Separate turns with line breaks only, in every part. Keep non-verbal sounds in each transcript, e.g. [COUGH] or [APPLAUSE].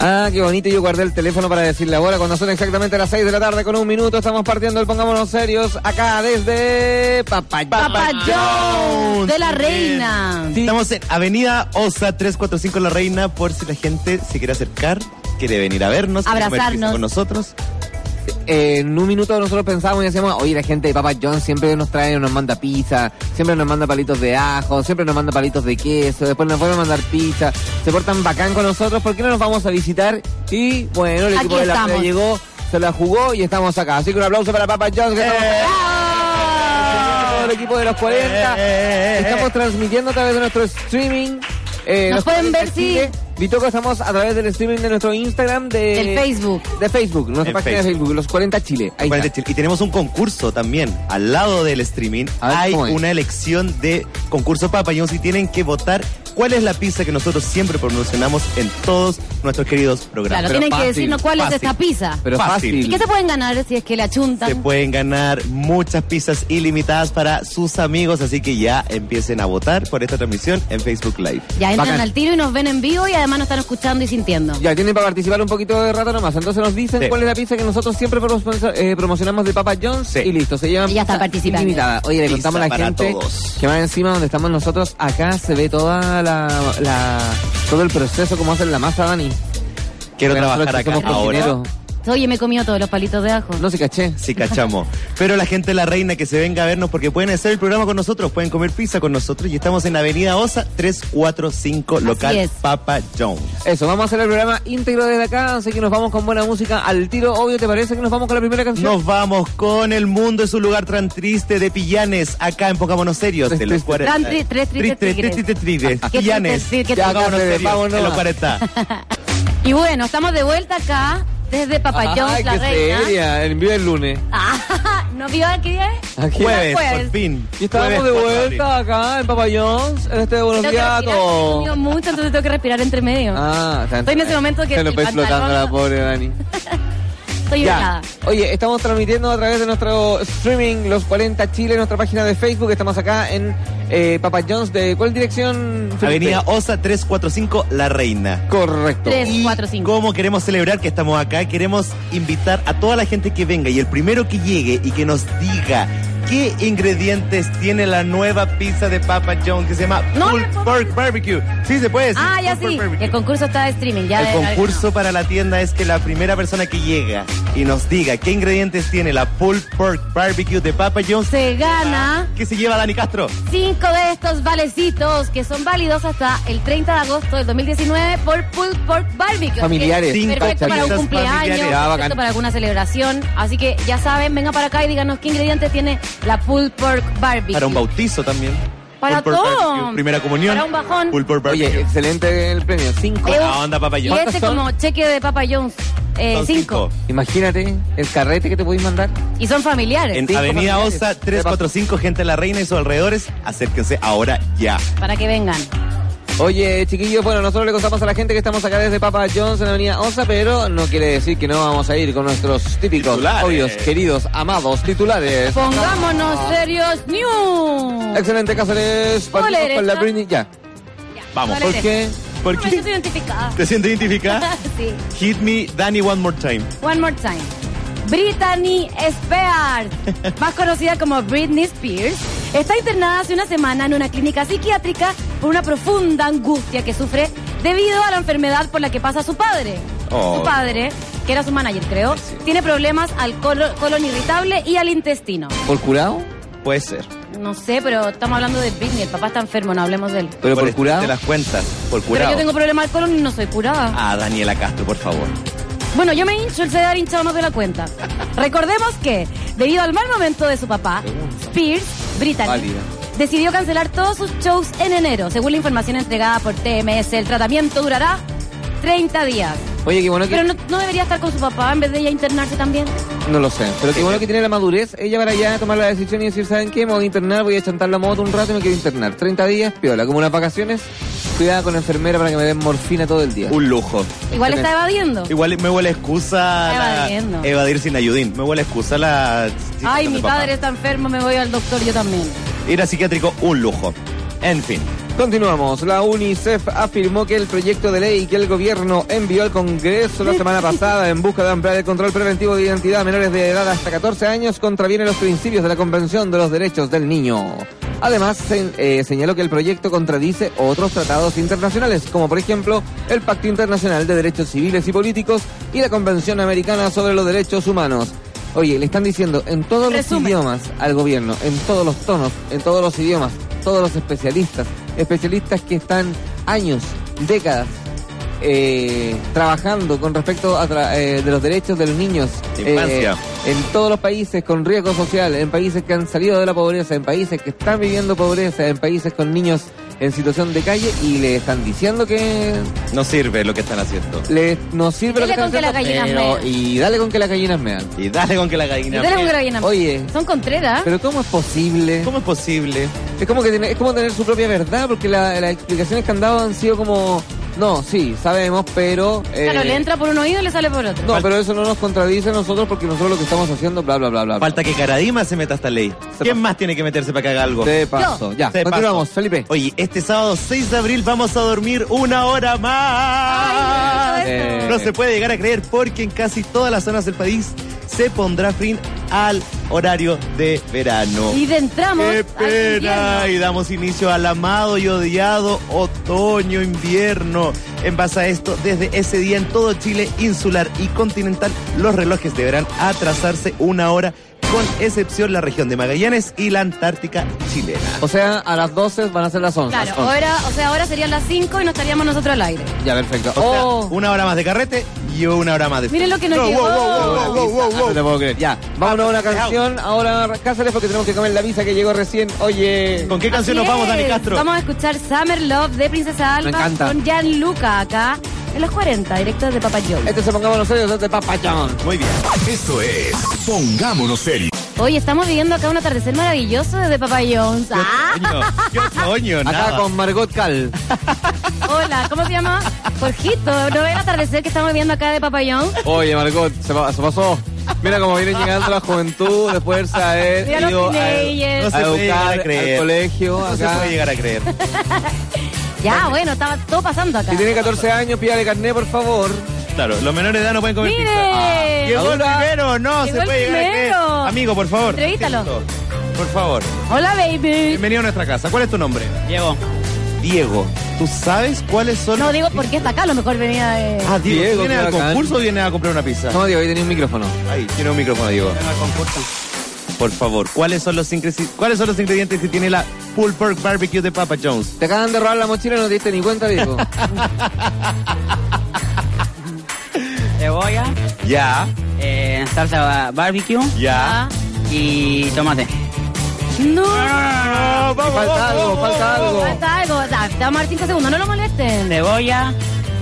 Ah, qué bonito. Yo guardé el teléfono para decir la hora cuando son exactamente las 6 de la tarde con un minuto. Estamos partiendo el Pongámonos Serios acá desde Papayón.
Papa Jones de la
Muy bien.
Reina.
Sí.
Estamos en Avenida Osa 345 La Reina por si la gente se quiere acercar, quiere venir a vernos, quiere
Abrazarnos.
conversar con nosotros.
Eh, en un minuto nosotros pensábamos y decíamos, oye, la gente de Papa John siempre nos trae, nos manda pizza, siempre nos manda palitos de ajo, siempre nos manda palitos de queso, después nos vuelven a mandar pizza, se portan bacán con nosotros, ¿por qué no nos vamos a visitar? Y bueno, el
Aquí
equipo de la
estamos.
playa llegó, se la jugó y estamos acá. Así que un aplauso para Papa John, que estamos
Eh.
acá.
Ah,
todo Ah, el equipo de los 40.
Eh, eh, eh,
Estamos
eh.
transmitiendo a través de nuestro streaming. Eh,
Nos
los
pueden
40
ver, sí.
Chile. Vitoco, estamos a través del streaming de nuestro Instagram, de,
Del Facebook.
De Facebook, nuestra
En
página de
Facebook.
Facebook, los 40 Chile. Ahí
Juan de
está.
Chile. Y tenemos un concurso también. Al lado del streaming
A ver,
hay
¿cómo es?
una elección de concurso Papayón y tienen que votar cuál es la pizza que nosotros siempre promocionamos en todos nuestros queridos
Claro,
programas.
Pero
tienen
fácil,
que decirnos cuál es
fácil.
esta pizza.
Pero fácil.
Fácil.
¿Y qué se pueden ganar si es que la chuntan?
Se pueden ganar muchas pizzas ilimitadas para sus amigos, así que ya empiecen a votar por esta transmisión en Facebook Live.
Ya entran
Bacán.
al tiro y nos ven en vivo y además nos están escuchando y sintiendo.
Ya tienen para participar un poquito de rato nomás. Entonces nos dicen
Sí.
cuál es la pizza que nosotros siempre promo- eh, promocionamos de Papa John's
Sí.
y listo. Se llevan
Y ya está
pizza
participando.
ilimitada. Oye, le
Pizza
contamos a la
para
gente
todos.
que más encima donde estamos nosotros, acá se ve toda la, la- todo el proceso como hacen la masa, Dani.
Quiero
Bueno,
trabajar
nosotros que
acá
somos
ahora.
cocineros.
Oye, me he comido todos los palitos de ajo.
No se caché.
Sí, cachamos. Pero la gente de la reina que se venga a vernos porque pueden hacer el programa con nosotros, pueden comer pizza con nosotros y estamos en Avenida Osa 345, local
es.
Papa Jones.
Eso, vamos a hacer el programa íntegro desde acá, así que nos vamos con buena música al tiro. Obvio, ¿te parece que nos vamos con la primera canción?
Nos vamos con El Mundo es un lugar tan triste de pillanes acá en Pongámonos Serios de los
Triste.
40.
Tan tri- tres tristes
Triste,
tigres.
triste, triste,
Qué
Pillanes.
triste, qué
Ya,
triste.
Pongámonos
Café,
Serios
vámonos.
de
[LAUGHS]
los 40.
Y bueno, estamos de vuelta acá desde Papayón,
Ay,
la
qué
reina.
seria. El envío el lunes.
[LAUGHS] Ah, ¿No vio a qué día es?
Aquí.
Jueves,
Jueves.
por fin.
Y estamos de
Jueves, por fin.
vuelta acá en Papayón, en este de Buenos
Tengo que
Días a
respirar, he
todos.
comido mucho, entonces tengo que respirar entre medio.
Ah, está-
Estoy en ese momento que
Se nos
el
fue
pantalón-
explotando la pobre Dani.
Estoy
Ya.
helada.
[LAUGHS] Oye, estamos transmitiendo a través de nuestro streaming Los 40 Chile, nuestra página de Facebook. Estamos acá en eh, Papa John's. ¿De cuál dirección? Felipe?
Avenida Osa 345, La Reina.
Correcto.
Tres.
Y
cuatro, cinco.
¿Cómo queremos celebrar que estamos acá? Queremos invitar a toda la gente que venga y el primero que llegue y que nos diga qué ingredientes tiene la nueva pizza de Papa John que se llama
No,
Pulled
no puedo
Pork Barbecue. Sí, se puede decir.
Ah, ya
Pulled
sí.
Pork Barbecue.
El concurso está de streaming. Ya
El
de-
concurso para la tienda es que la primera persona que llega y nos diga qué ingredientes tiene la Pulled Pork Barbecue de Papa John's
Se gana
que se lleva Dani Castro.
cinco de estos valecitos que son válidos hasta el 30 de agosto del 2019 por Pulled Pork Barbecue.
Familiares.
Que es Perfecto
Cinco
para un
chapitas
cumpleaños,
familiares.
Ah,
perfecto
bacán.
para alguna celebración. Así que ya saben, vengan para acá y díganos qué ingredientes tiene la Pulled Pork Barbecue.
Para un bautizo también.
Para
Pulled Pork
todo.
Barbecue, Primera comunión.
Para un bajón.
Pulled Pork
Oye,
Barbecue.
excelente el premio. Cinco.
Eh,
Buena onda, Papa
Y
John's.
este como cheque de Papa John's. eh,
Son
cinco.
cinco.
Imagínate el carrete que te podéis mandar.
Y son familiares.
En
Cinco
Avenida
familiares.
Osa 345, gente de la reina y sus alrededores, acérquense ahora ya.
Para que vengan.
Oye, chiquillos, bueno, nosotros le contamos a la gente que estamos acá desde Papa John's en Avenida Osa, pero no quiere decir que no vamos a ir con nuestros típicos,
Titulares.
obvios, queridos, amados titulares.
Pongámonos
Ah.
serios news.
Excelente, Cáceres.
Hola,
Partimos con la
Eresa.
Britney. Ya.
Ya, este?
Vamos,
dale,
¿Por qué?
¿Por
Ay, yo
qué
estoy identificada. [LAUGHS]
te sientes identificada?
sí.
Hit me, Danny, one more time.
One more time. Brittany Spears, más conocida como Britney Spears, está internada hace una semana en una clínica psiquiátrica por una profunda angustia que sufre debido a la enfermedad por la que pasa su padre.
Oh.
Su padre, que era su manager, creo, tiene problemas al colo- colon irritable y al intestino.
¿Por curado?
Puede ser.
No sé, pero estamos hablando de Britney. El papá está enfermo, no hablemos de él.
¿Pero por,
el-
curado?
este Te las cuentas, por
Pero
curado.
yo tengo problemas al colon y no soy curada.
Ah, Daniela Castro, por favor.
Bueno, yo me hincho el cedar hinchado más de la cuenta. Recordemos que, debido al mal momento de su papá, Spears, Brittany,
Válida.
decidió cancelar todos sus shows en enero. Según la información entregada por TMS, el tratamiento durará 30 días.
Oye, qué bueno que...
Pero no, no debería estar con su papá en vez de ella internarse también.
No lo sé. Pero qué bueno que tiene la madurez ella para ya tomar la decisión y decir, ¿saben qué? Me voy a internar, voy a chantar la moto un rato y me quiero internar. 30 días, piola. Como unas vacaciones, cuidada con la enfermera para que me den morfina todo el día.
Un lujo.
Igual está evadiendo.
Igual me huele excusa
Está
la-
evadiendo.
evadir sin ayudín. Me huele excusa la.
Ay,
situación
mi
de papá.
padre está enfermo, me voy al doctor yo también.
Ir a psiquiátrico, un lujo. En fin.
Continuamos. La UNICEF afirmó que el proyecto de ley que el gobierno envió al Congreso la semana pasada en busca de ampliar el control preventivo de identidad a menores de edad hasta 14 años contraviene los principios de la Convención de los Derechos del Niño. Además, se- eh, señaló que el proyecto contradice otros tratados internacionales, como por ejemplo el Pacto Internacional de Derechos Civiles y Políticos y la Convención Americana sobre los Derechos Humanos. Oye, le están diciendo en todos
Resumen.
los idiomas al gobierno, en todos los tonos, en todos los idiomas, todos los especialistas, especialistas que están años, décadas eh, trabajando con respecto a tra- eh, de los derechos de los niños eh,
Infancia.
en todos los países con riesgo social, en países que han salido de la pobreza, en países que están viviendo pobreza, en países con niños en situación de calle y le están diciendo que
No sirve lo que están haciendo.
le, no sirve lo que
Dale con
están
que las
haciendo,
gallinas
pero-
mean.
y dale con que las gallinas mean.
Y dale con que la
Y
gallina.
dale un gravina.
eh, Oye,
Son ¿ah? Contreras.
pero ¿cómo es posible?
¿Cómo es posible?
Es como que tiene- es como tener su propia verdad, porque la- las explicaciones que han dado han sido como, no, sí, sabemos, pero... eh,
Claro, le entra por un oído y le sale por otro.
no, pero eso no nos contradice a nosotros porque nosotros lo que estamos haciendo, bla, bla, bla, bla.
Falta que Caradima se meta a esta ley.
Se
¿Quién
pasó.
más tiene que meterse para que haga algo?
De paso, ya.
Se pasó.
Continuamos, Felipe.
Oye, este sábado 6 de abril vamos a dormir una hora más.
Ay, no,
Eh,
eso.
No se puede llegar a creer porque en casi todas las zonas del país se pondrá fin al horario de verano.
Y de entramos
¡Qué
al
pena!
invierno.
Y damos inicio al amado y odiado otoño-invierno. En base a esto, desde ese día en todo Chile insular y continental, los relojes deberán atrasarse una hora, con excepción la región de Magallanes y la Antártica chilena.
O sea, a las 12 van a ser las 11.
Claro,
Las 11.
ahora, o sea, ahora serían las 5 y no estaríamos nosotros al aire.
Ya, perfecto.
O sea,
Oh,
una hora más de carrete y una hora más de...
Miren lo que nos
No,
llegó.
wow, wow, wow, wow, wow, wow.
no te puedo creer. Ya, vámonos a una canción. Ahora, Cáceres, porque tenemos que comer la pizza que llegó recién. Oye,
¿Con qué canción nos
Así
vamos, Dani
es.
Castro?
Vamos a escuchar Summer Love de Princesa Alba
Me encanta.
con Gianluca acá en los 40, directo de Papa
Eh.
Joe.
este se pongámonos serios, este es papayón.
Muy bien.
Esto es Pongámonos Serios.
Hoy estamos viviendo acá un atardecer maravilloso desde Papa Jones.
Qué
Ah,
otoño, qué otoño,
Acá
nada.
con Margot Cal.
Ah, hola, ¿cómo se llama? Jorgito, ¿no ve el atardecer que estamos viviendo acá de Papa Jones?
Oye, Margot, se, pa- se pasó. Mira cómo viene llegando la juventud después de haber
Mira los
ido a, a
teenagers.
No se puede llegar a
educar al
creer.
colegio.
No se
acá.
puede llegar a creer. Eh.
Ya, bueno, estaba todo pasando acá.
Si tiene 14 años, pídale carné, por favor.
Claro, los menores de edad no pueden comer
Mire.
pizza. Llegó el
Ahora-
primero,
Llegó
no se
el
puede llegar a creer.
primero.
Amigo, por favor.
Entrevístalo.
siento. Por favor.
Hola, baby.
Bienvenido a nuestra casa. ¿Cuál es tu nombre?
Diego,
Diego. ¿Tú sabes cuáles son?
No, digo porque está acá, a lo mejor venía de...
Ah, Diego,
Diego,
¿viene
qué
al
bacán.
concurso o viene a comprar una pizza?
No, Diego, ahí tenía un micrófono.
Ahí, tiene un micrófono, Diego.
vengo al concurso.
Por favor, ¿cuáles son los, incre- ¿cuáles son los ingredientes que tiene la Pulled Pork Barbecue de Papa Jones?
Te acaban de robar la mochila y no te diste ni cuenta,
[LAUGHS]
Diego.
Cebolla,
Ya,
eh, salsa ba- barbecue
ya.
Ah.
y tomate.
No,
Ah, vamos,
falta
vamos,
algo,
vamos,
falta
vamos.
algo.
falta algo. Da, Te vamos a dar 5 segundos, no lo molesten.
Eh.
Cebolla,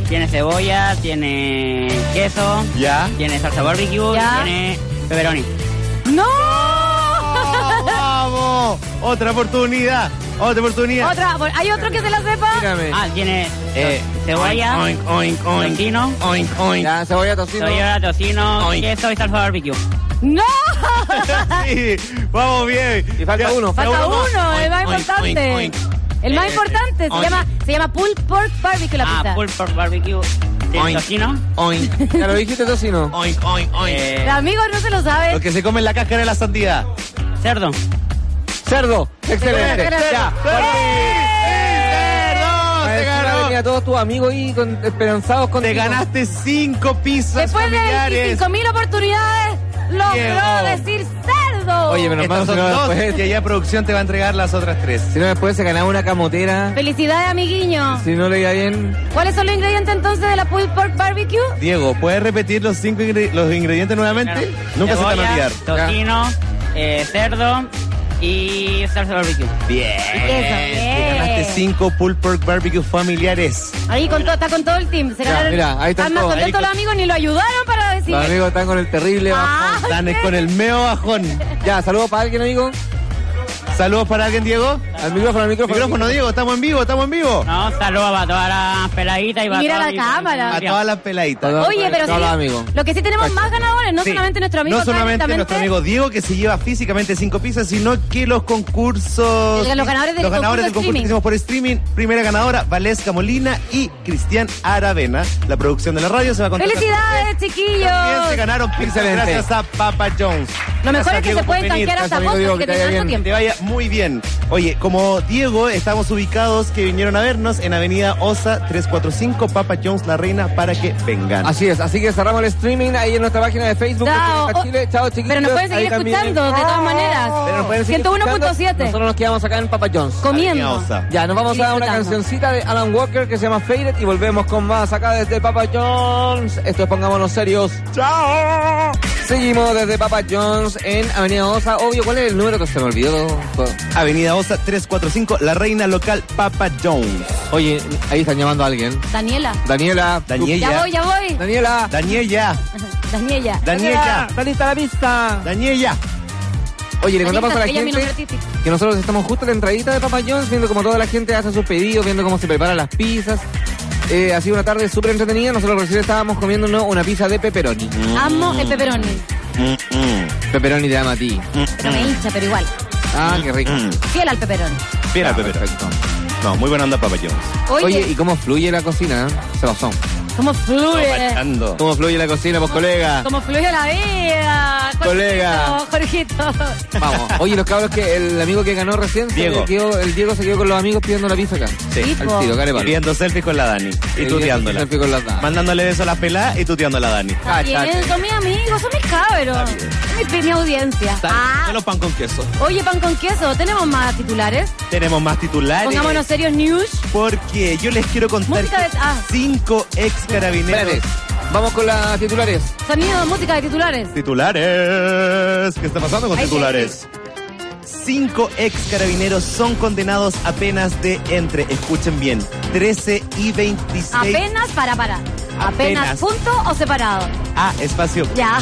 tiene cebolla, tiene queso,
Ya.
tiene salsa barbecue,
Ya.
tiene pepperoni.
¡No!
¡Vamos! Otra oportunidad, otra oportunidad.
Otra, por- ¿hay otro que se la sepa?
Mírame.
Ah, tiene
Eh,
cebolla,
Oink, oink, oink.
tocino,
Oink, oink.
Ya, cebolla, tocino.
cebolla, tocino,
Oink.
queso y salsa barbecue.
¡No!
[LAUGHS] Sí, vamos bien.
Y falta
Ya,
uno,
ya
Falta
más.
uno, el más
Oink,
importante.
oink, oink.
El más
Eh,
importante se
oink.
llama, se llama Pulled Pork Barbecue la
Ah,
pizza.
pulled pork barbecue, tiene
Oink.
tocino,
Oink,
Ya lo dijiste, tocino.
oink, oink, oink.
eh,
Los amigos no se lo
Lo
saben.
que se come en la cáscara de la sandía.
cerdo.
Cerdo. Excelente.
Cerdo.
Ya.
¡Sí!
Eh.
¡Sí, cerdo! ¡Te
Maestra,
ganó!
venía todos tus amigos ahí con, esperanzados con
Te ganaste cinco pizzas
Después de
familiares.
25.000 oportunidades, logró
Diego.
decir cerdo.
Oye, menos mal
Estas
si
son
no
dos
después.
y [LAUGHS] allá producción te va a entregar las otras tres.
Si no después se ganaba una camotera.
Felicidades, amiguiño.
Si no le iba bien.
¿Cuáles son los ingredientes entonces de la Pulled Pork Barbecue?
Diego, ¿puedes repetir los cinco ingre- los ingredientes nuevamente?
Claro.
Nunca se te van a
Cebolla,
olvidar.
Tocino, eh, cerdo y salsa barbecue.
Bien.
Eso, bien.
Te ganaste cinco pulled pork barbecue familiares.
Ahí con todo- está con todo el team. Se
Ya,
ganaron.
mira, ahí están
más
todos.
contentos
Ahí con-
los amigos ni lo ayudaron para decir.
Los amigos están con el terrible. bajón.
Ah,
Están
¿qué?
con el meo bajón.
Ya, saludos para alguien, amigo.
Saludos para alguien, Diego.
Al micrófono, al micrófono.
Micrófono, Diego, estamos en vivo, estamos en vivo.
No, saludos para todas las peladitas y para
Mira
todas
la
las-
cámara.
A todas las peladitas.
Todas-
Oye, pero
Todos los
sí,
amigos.
lo que sí tenemos más ganadores, no
Sí.
solamente nuestro amigo
No
acá
solamente
directamente,
nuestro amigo Diego, que se lleva físicamente cinco pizzas, sino que los concursos.
El- los ganadores del
los
concurso
ganadores del concurso que hicimos por streaming. Primera ganadora, Valesca Molina y Cristian Aravena. La producción de la radio se va a contar.
¡Felicidades,
También se
chiquillos!
ganaron pizzas
Excelente.
gracias a Papa Jones.
Lo mejor es
Gracias,
que
Diego,
se
por
pueden
venir.
tanquear hasta
Gracias, amigo
vos
Diego,
porque
que te
tienen
vaya
tanto
bien.
Te
tiempo.
vaya muy bien. Oye, como Diego, estamos ubicados que vinieron a vernos en Avenida Osa 345, Papa Jones La Reina, para que vengan.
Así es, así que cerramos el streaming ahí en nuestra página de Facebook.
Chao.
Conquista Chile. Chao, chiquillos.
Pero nos pueden seguir
Ahí también-
escuchando, de todas maneras.
Pero nos pueden seguir escuchando.
101.7.
Nosotros nos quedamos acá en Papa John's.
Avenida
Comiendo.
Osa.
Ya, nos vamos a dar una
Disfrutando.
cancioncita de Alan Walker que se llama Faded y volvemos con más acá desde Papa John's. Esto es Pongámonos Serios. ¡Chao! Seguimos desde Papa John's en Avenida Osa. Obvio, ¿cuál es el número que se me olvidó?
Avenida Osa 345, La Reina Local, Papa Jones.
Oye, ahí están llamando a alguien.
Daniela.
Daniela.
Daniela.
Ya voy, ya voy.
Daniela.
Daniela,
Daniela.
Daniela,
Está lista la pista.
Daniela.
Oye, le contamos a la
Ella es mi nombre
gente
artístico.
que nosotros estamos justo en la entradita de Papa John's, viendo como toda la gente hace sus pedidos, viendo cómo se preparan las pizzas. Eh, ha sido una tarde súper entretenida. Nosotros recién estábamos comiéndonos una pizza de pepperoni.
Amo el pepperoni.
Pepperoni te llama a ti.
Pero me hincha, pero igual.
Ah, qué rico.
Fiel al pepperoni.
Mira,
Ah,
Pepe.
Perfecto.
No, muy buena onda, Papa Jones.
Oye,
Oye, ¿y cómo fluye la cocina? eh? Se pasó.
cómo fluye.
Bachando.
¿Cómo fluye la cocina, pues, colega?
Cómo fluye la vida.
Colega.
Jorgito.
Vamos. Oye, los cabros que el amigo que ganó recién, se
Diego.
quedó- el Diego se quedó con los amigos pidiendo la pizza acá.
Sí.
Al tiro, care palo.
Pidiendo selfies con la Dani y
Eh,
tuteándola.
selfie con las damas.
Mandándole besos a la pelada y tuteando a la Dani.
Ah,
Bien,
chate.
son mis amigos, son mis cabros. Son mi, mi audiencia. Ah,
Solo pan con queso.
oye, pan con queso, ¿tenemos más titulares?
Tenemos más titulares.
Pongámonos serios news.
Porque yo les quiero contar
Música de- ah.
que cinco ex carabineros
Espérate. Vamos con las titulares.
Sonido de música de titulares.
Titulares. ¿Qué está pasando con
Ahí se
titulares? Cinco ex carabineros son condenados a penas de entre, escuchen bien, 13 y 26
Apenas para para. Apenas
Apenas.
junto o separado.
a Ah, espacio.
[LAUGHS]
[LAUGHS]
Ya.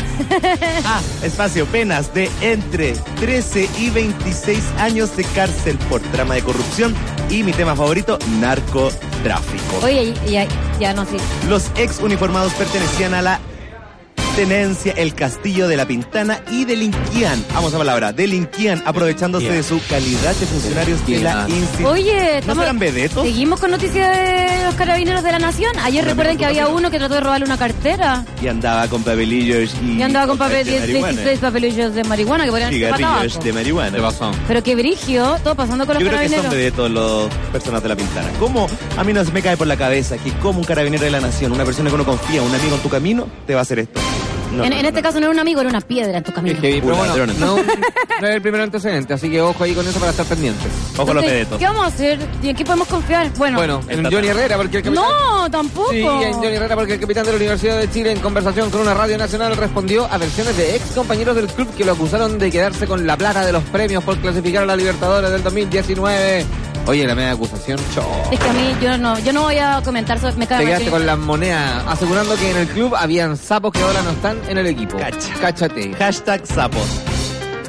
A espacio, penas de entre 13 y 26 años de cárcel por trama de corrupción y mi tema favorito, narcotráfico.
Oye, y- y- ya, no sé.
Los ex uniformados pertenecían a la tenencia El Castillo de la Pintana y delinquían, vamos a palabra, delinquían aprovechándose de su calidad de funcionarios de la institución.
Oye,
¿No
estamos-
serán vedetos?
seguimos con noticias de los carabineros de la nación. Ayer
Una
recuerden que había
preocupación.
uno que trató de robarle una cartera.
Y andaba con papelillos y...
Y andaba con papel
de
16
marihuana.
papelillos de marihuana que podrían ser para
Cigarrillos
tabaco.
de marihuana.
Pero qué brigio, todo pasando con los
Yo creo que son
carabineros.
vedetos los personas de la Pintana. ¿Cómo? A mí no se me cae por la cabeza que como un carabinero de la nación, una persona que uno confía, un amigo en tu camino, te va a hacer esto. No,
en,
no,
en este
no.
caso no era un amigo, era una piedra en tu camino.
Es heavy, pero
Uh,
bueno,
ladrones.
no, no es el primer antecedente, así que ojo ahí con eso para estar pendientes.
Ojo a los
Entonces,
vedetos.
¿Qué vamos a hacer? ¿Y en qué podemos confiar? Bueno,
Bueno, en Johnny Herrera, porque el capitán...
no, tampoco.
Sí, en Johnny Herrera, porque el capitán de la Universidad de Chile, en conversación con una radio nacional, respondió a versiones de ex compañeros del club que lo acusaron de quedarse con la plata de los premios por clasificar a la Libertadores del 2019. Oye, la media acusación, chao.
Es que a mí, yo no, yo no voy a comentar sobre... Me cae
Te
mal
quedaste
Johnny
con las monedas, asegurando que en el club habían sapos que ahora no están en el equipo.
Cacha.
Cáchate.
Hashtag sapos.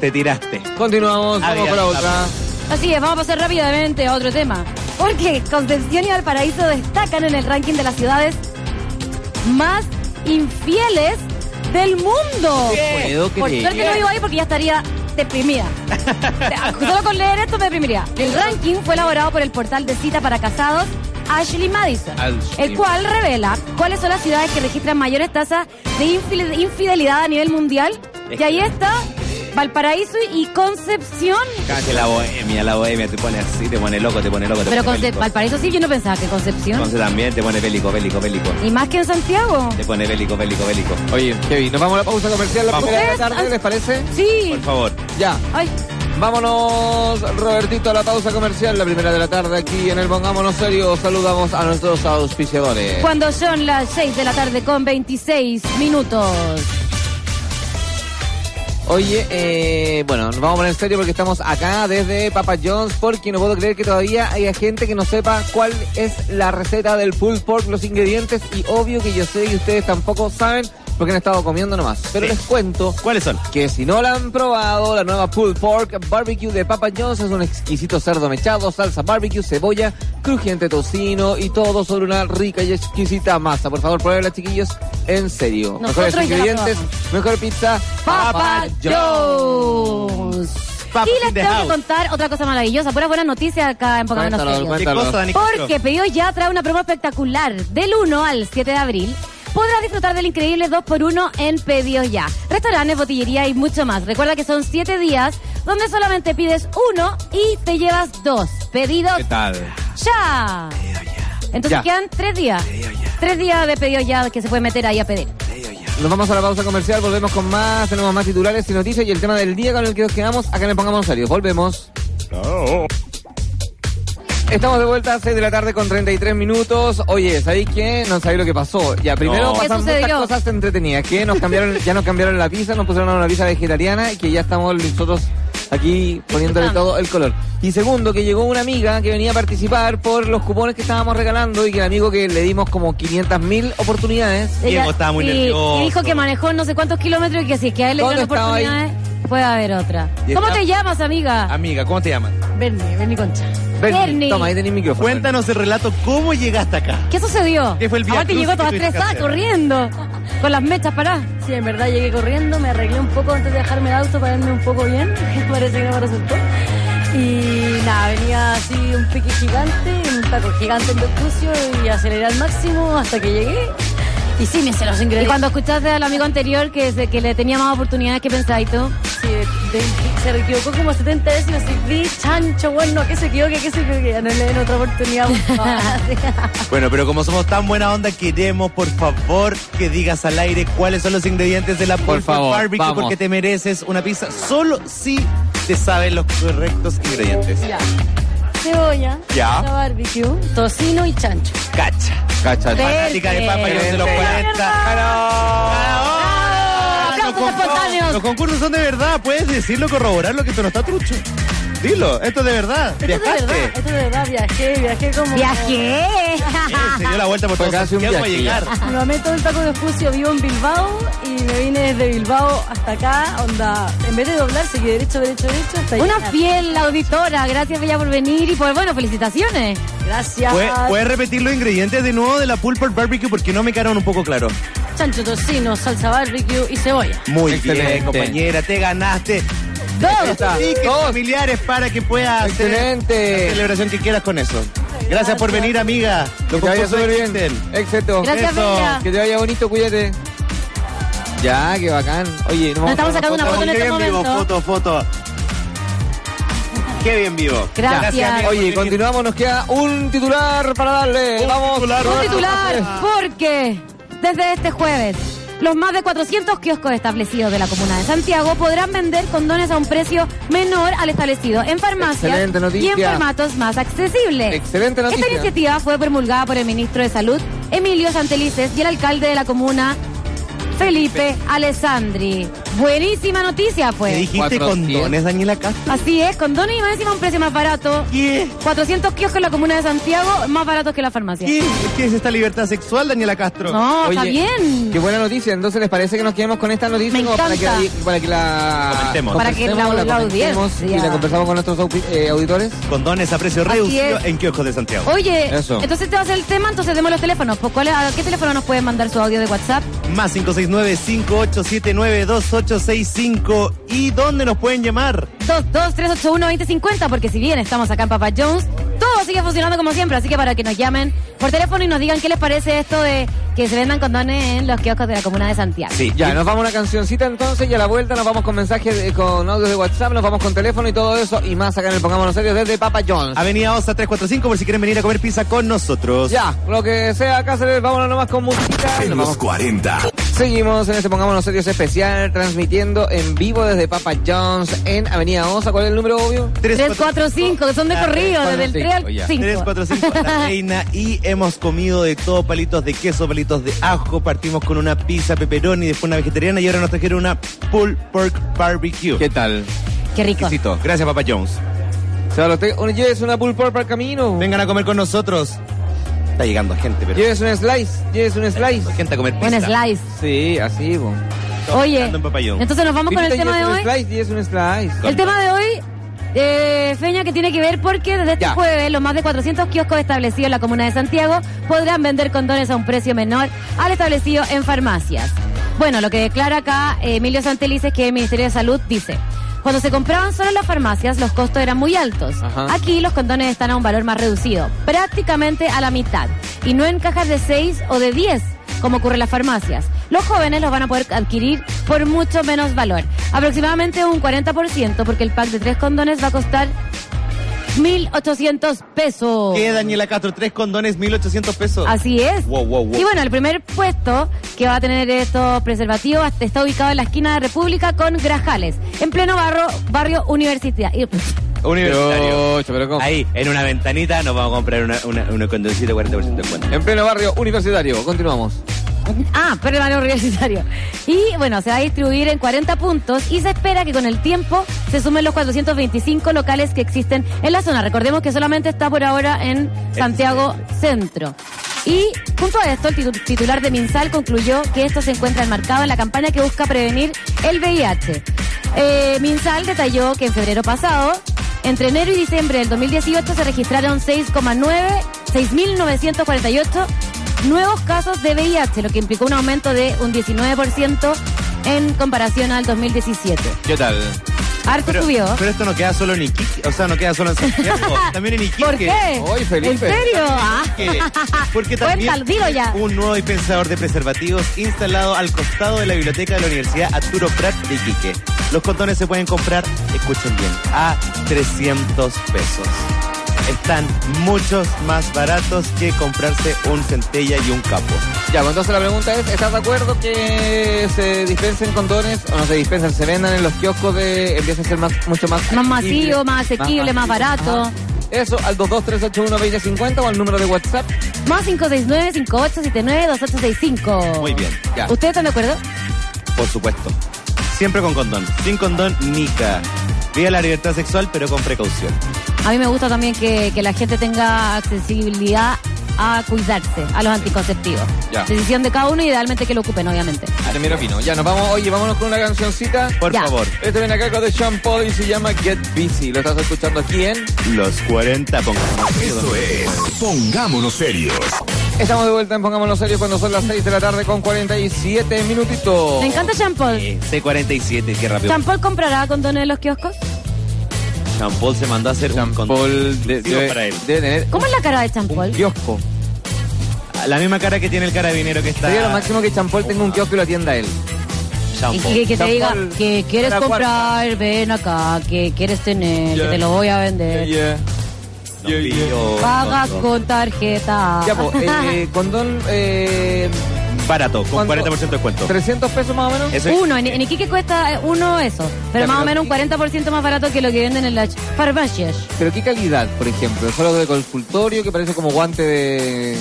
Te tiraste.
Continuamos, vamos
Habían
con la otra.
sapos.
Así es, vamos a pasar rápidamente a otro tema. Porque Concepción y Valparaíso destacan en el ranking de las ciudades más infieles del mundo.
Puedo
Por
creer.
suerte no vivo ahí porque ya estaría
[LAUGHS]
deprimida. Solo con leer esto me deprimiría. El ranking fue elaborado por el portal de cita para casados Ashley Madison,
Ashley.
el cual revela cuáles son las ciudades que registran mayores tasas de infide- infidelidad a nivel mundial. Y ahí está Valparaíso y Concepción.
Cache la bohemia, la bohemia te pone así, te pone loco, te pone loco. Te
Pero
pone
Conce-
bélico.
Valparaíso sí, yo no pensaba que Concepción.
Entonces también te pone bélico, bélico, bélico.
y más que en Santiago.
Te pone bélico, bélico, bélico.
Oye, Kevin, nos vamos a la pausa comercial, la
Vamos.
primera de la
Ustedes
tarde,
han-
¿les parece?
Sí.
Por favor. Eh.
Ya.
Ay,
Vámonos, Robertito, a la pausa comercial, la primera de la tarde aquí en el Pongámonos Serio. Saludamos a nuestros auspiciadores.
cuando son las 6 de la tarde con 26 minutos.
Oye, eh, bueno, nos vamos a poner en serio porque estamos acá desde Papa John's porque no puedo creer que todavía haya gente que no sepa cuál es la receta del pulled pork, los ingredientes y obvio que yo sé que ustedes tampoco saben porque han estado comiendo nomás. Pero
Sí.
les cuento
¿Cuáles son?
que si no la han probado, la nueva pulled pork barbecue de Papa John's es un exquisito cerdo mechado, salsa barbecue, cebolla, crujiente tocino y todo sobre una rica y exquisita masa. Por favor, pruébenla, chiquillos, en serio.
Nosotros
Mejores
ya la
ingredientes, mejor pizza,
Papa Jones.
Papa
y
in
les
the
tengo que
house.
contar otra cosa maravillosa, pura buena noticia acá en Pocahontas
Cuéntalo,
Serio.
¿Qué
Cuéntalo.
cosa, Dani?
Porque Pedido Ya trae una promo espectacular. Del 1 al 7 de abril podrás disfrutar del increíble 2x1 en Pedidos Ya. Restaurantes, botillería y mucho más. Recuerda que son 7 días donde solamente pides uno y te llevas dos. Pedidos
¿Qué tal?
ya. Entonces
Ya.
quedan 3 días. 3 días de Pedidos Ya que se puede meter ahí a pedir.
Nos vamos a la pausa comercial, volvemos con más, tenemos más titulares y noticias y el tema del día con el que nos quedamos, acá le pongamos serio. Volvemos. Estamos de vuelta a 6 de la tarde con 33 minutos. Oye, ¿sabéis qué? No sabéis lo que pasó. Ya, primero
No. ¿Qué
pasaron muchas
sucedió?
cosas entretenidas. Que nos
[LAUGHS]
cambiaron, ya nos cambiaron la pizza, nos pusieron una pizza vegetariana y que ya estamos nosotros aquí poniéndole
Disfrutando.
todo el color. Y segundo, que llegó una amiga que venía a participar por los cupones que estábamos regalando y que el amigo que le dimos como 500.000 oportunidades.
Diego estaba muy
y-
nervioso.
Y dijo que manejó no sé cuántos kilómetros y que si es que a él le
¿Dónde
dieron
estaba ahí?
oportunidades, puede haber otra.
Y
¿Cómo
está-
te llamas, amiga?
Amiga, ¿cómo te llamas?
Bernie, Bernie Concha. Bernie.
Ah, Toma, ahí tenés el micrófono.
Cuéntanos el relato, ¿cómo llegaste acá?
¿Qué sucedió?
¿Qué fue el vía
Aparte
crucis
llegó toda
que tuviste que
estresada,
hacer?
corriendo, con las mechas paradas.
Sí, en verdad llegué corriendo, me arreglé un poco antes de dejarme el auto para irme un poco bien, [LAUGHS] parece que no me resultó. Y nada, venía así un pique gigante, un taco gigante en perjuicio y aceleré al máximo hasta que llegué. Y sí, me hice los
Y
ingredientes.
cuando escuchaste al amigo anterior que, se- que le tenía más oportunidades, ¿qué pensáis tú?
Sí, de- de- se equivocó como 70 veces y me vi chancho, bueno, que se equivoque, que se equivoque, ya no le den otra
[LAUGHS]
oportunidad. por favor.
Bueno, pero como somos tan buena onda, queremos por favor que digas al aire cuáles son los ingredientes de la
Por
pulpa
favor,
barbecue
vamos.
porque te mereces una pizza solo si te saben los correctos ingredientes.
ya. Cebolla,
Ya.
salsa barbecue, tocino y chancho.
Cacha.
Cacha,
Ve-
Fanática de Papa John's de los
Perfecto.
40. ¡Bravo!
¡Aplausos
Los concursos-
espontáneos!
Los concursos son de verdad, puedes decirlo, corroborarlo que esto no está trucho. Dilo, esto es de verdad.
Esto es de verdad,
Viajaste.
esto es de verdad, viajé, viajé como...
¡Viajé!
Se dio la vuelta por
Fue
todo
casi un
Santiago a
viaje ya.
llegar.
Mi mamá todo el taco de Fucio, vivo en Bilbao y me vine desde Bilbao hasta acá, onda, en vez de doblar, seguí derecho, derecho, derecho hasta
Una
llegar.
fiel auditora, gracias Bella por venir y por, bueno, felicitaciones.
Gracias.
¿Puedes, puedes repetir los ingredientes de nuevo de la pulpa al barbecue? Porque no me quedaron un poco claros.
Chancho tocino, salsa barbecue y cebolla.
Muy
Excelente.
bien, compañera. Te ganaste
Ahí
dos
está,
tickets
dos.
familiares para que puedas hacer
Excelente.
la celebración que quieras con eso. Gracias por venir, amiga.
Que
Los
te vaya
concursos
súper bien.
existen.
Éxito.
Gracias,
Eso.
Bella.
Que te vaya bonito, cuídate. Ya, qué bacán. Oye,
Nos
vamos
estamos
a
sacando una foto en
Qué
este
bien vivo,
momento.
foto, foto. Qué bien vivo.
Gracias.
amiga, por
Oye,
venir.
continuamos, nos queda un titular para darle.
Un
Vamos.
titular.
Un
eh.
titular, porque desde este jueves los más de 400 kioscos establecidos de la comuna de Santiago podrán vender condones a un precio menor al establecido en farmacias
Excelente noticia.
y en formatos más accesibles.
Excelente noticia.
Esta iniciativa fue promulgada por el ministro de Salud, Emilio Santelices, y el alcalde de la comuna, Felipe Alessandri. Buenísima noticia,
¿Me
pues.
dijiste
400.
condones, Daniela Castro?
Así es, condones y más encima un precio más barato.
¿Qué?
400 kioscos en la comuna de Santiago, más baratos que la farmacia.
¿Qué? ¿Qué es esta libertad sexual, Daniela Castro?
No, está
Oye,
bien.
Qué buena noticia. Entonces, ¿les parece que nos quedemos con esta noticia?
Me
Como Para que, la,
encanta.
para que la
Comentemos.
Para que la- la
comentemos
audiencia.
Y la conversamos con nuestros aupi- eh, auditores.
Condones a precio
Así
reducido
es.
en kioscos de Santiago.
Oye,
Eso.
entonces te va a hacer el tema, entonces demos los teléfonos. Pues, ¿cuál es- ¿A qué teléfono nos pueden mandar su audio de WhatsApp?
Más 569-5879-2865. ¿Y dónde nos pueden llamar?
22381-2050, porque si bien estamos acá en Papa Jones, todo sigue funcionando como siempre, así que para que nos llamen por teléfono y nos digan qué les parece esto de que se vendan condones en los kioscos de la comuna de Santiago.
Sí, ya, nos vamos a una cancioncita entonces y a la vuelta nos vamos con mensajes, de- con audios de WhatsApp, nos vamos con teléfono y todo eso y más acá en el Pongámonos Serios desde Papa John's.
Avenida Osa 345 por si quieren venir a comer pizza con nosotros.
Ya, lo que sea Cáceres, vámonos nomás con música. y
En los
nos vamos.
40.
Seguimos en este Pongámonos Serios especial, transmitiendo en vivo desde Papa John's en Avenida Osa. ¿Cuál es el número obvio?
345, que son de
Ah,
corrido, desde el 3
345,
al
ya.
5.
345
[LAUGHS]
La Reina y hemos comido de todo, palitos de queso, palitos de ajo, partimos con una pizza pepperoni, después una vegetariana y ahora nos trajeron una pulled pork barbecue.
¿Qué tal?
Qué rico.
Exquisito. Gracias, Papa Jones.
Se va a los te- Oye, es una pull pork para el camino.
Vengan a comer con nosotros. Está llegando gente, pero.
Lleves un slice, lleves un slice.
Gente a comer pizza.
Buen slice.
Sí, así, po.
Estamos
Oye,
hablando en papayón.
entonces nos vamos con el
Viste,
tema de
lleves un
hoy.
slice, lleves un slice.
El tema de hoy, eh, Feña, que tiene que ver porque desde este
Ya.
jueves los más de 400 kioscos establecidos en la comuna de Santiago podrán vender condones a un precio menor al establecido en farmacias. Bueno, lo que declara acá eh, Emilio Santelices, que es el Ministerio de Salud, dice... Cuando se compraban solo en las farmacias, los costos eran muy altos.
Ajá.
Aquí los condones están a un valor más reducido, prácticamente a la mitad, y no en cajas de 6 o de 10, como ocurre en las farmacias. Los jóvenes los van a poder adquirir por mucho menos valor, aproximadamente un 40%, porque el pack de tres condones va a costar 1.800 pesos.
¿Qué, Daniela Castro? Tres condones, 1800 pesos.
oh. Así es.
Wow, wow, wow.
Y bueno, el primer puesto que va a tener estos preservativos está ubicado en la esquina de República con Grajales, en pleno barro, barrio universidad.
Universitario.
Pero, pero ¿cómo?
Ahí, en una ventanita, nos vamos a comprar una, una, un condoncito 40% de descuento.
En pleno barrio universitario, continuamos.
[LAUGHS] Ah, pero el valor universitario. Y bueno, se va a distribuir en 40 puntos y se espera que con el tiempo se sumen los 425 locales que existen en la zona. Recordemos que solamente está por ahora en Santiago Centro. Y junto a esto, el titu- titular de Minsal concluyó que esto se encuentra enmarcado en la campaña que busca prevenir el VIH. Eh, Minsal detalló que en febrero pasado entre enero y diciembre del 2018 se registraron 6,9, 6.948 nuevos casos de VIH, lo que implicó un aumento de un 19% en comparación al 2017.
¿Qué tal?
Harto
Pero,
subió.
pero esto no queda solo en Iquique, o sea, no queda solo
[LAUGHS]
en Santiago, también en Iquique.
¿Por qué?
Hoy, Felipe.
¿En serio? Ah.
Iquique. Porque también
Cuéntalo, dilo ya.
un nuevo dispensador de preservativos instalado al costado de la biblioteca de la Universidad Arturo Prat de Iquique. Los condones se pueden comprar, escuchen bien, a 300 pesos. Están muchos más baratos que comprarse un centella y un capo.
Ya, pues entonces la pregunta es, ¿estás de acuerdo que se dispensen condones o no se dispensen, se vendan en los kioscos de... empieza a ser más, mucho más... asequible?
Más masivo, más asequible, más barato.
ajá. Eso, al 223812050 o al número de WhatsApp.
Más 569-5879-2865.
Muy bien,
ya.
¿Ustedes están de acuerdo?
Por supuesto. Siempre con condón. Sin condón, nica. Viva la libertad sexual, pero con precaución.
A mí me gusta también que, que la gente tenga accesibilidad a cuidarse, a los anticonceptivos.
Ya.
Decisión de cada uno y idealmente que lo ocupen, obviamente.
Primero vino. Ya, nos vamos, oye, vámonos con una cancioncita.
Por
Ya.
favor.
Este viene a cargo de Sean Paul y se llama Get Busy. Lo estás escuchando aquí en...
Los 40 pongamos.
Esto es Pongámonos Serios.
Estamos de vuelta en Pongámonos Serios cuando son las 6 de la tarde con 47 minutitos.
Me encanta Jean Paul.
Eh, C47, qué rápido.
¿Jean Paul comprará condones en los kioscos?
Jean Paul se mandó a hacer
Sean
un condón.
Paul de-
Digo
debe-
para él.
debe tener
¿Cómo es la cara de Jean
un
Paul?
kiosco.
La misma cara que tiene el carabinero que está.
Sería lo máximo que Champol tenga un kiosco y lo atienda él.
Jean
Y
Paul.
que, que te
Jean
diga
Paul,
que quieres
la cuarta.
comprar, ven acá, que quieres tener,
Ya.
que te lo voy a vender.
Nos pilló
Pagas
con-
con tarjeta.
Ya, pues,
[LAUGHS]
eh, condón, eh,
Barato, con
¿Cuánto?
40% de descuento.
300 pesos más o menos.
Eso es-
uno, en, en Iquique cuesta eh, uno eso, pero
Ya,
más o
pero-
menos un 40% más barato que lo que venden en las farmacias.
Pero qué calidad, por ejemplo. Solo de consultorio que parece como guante de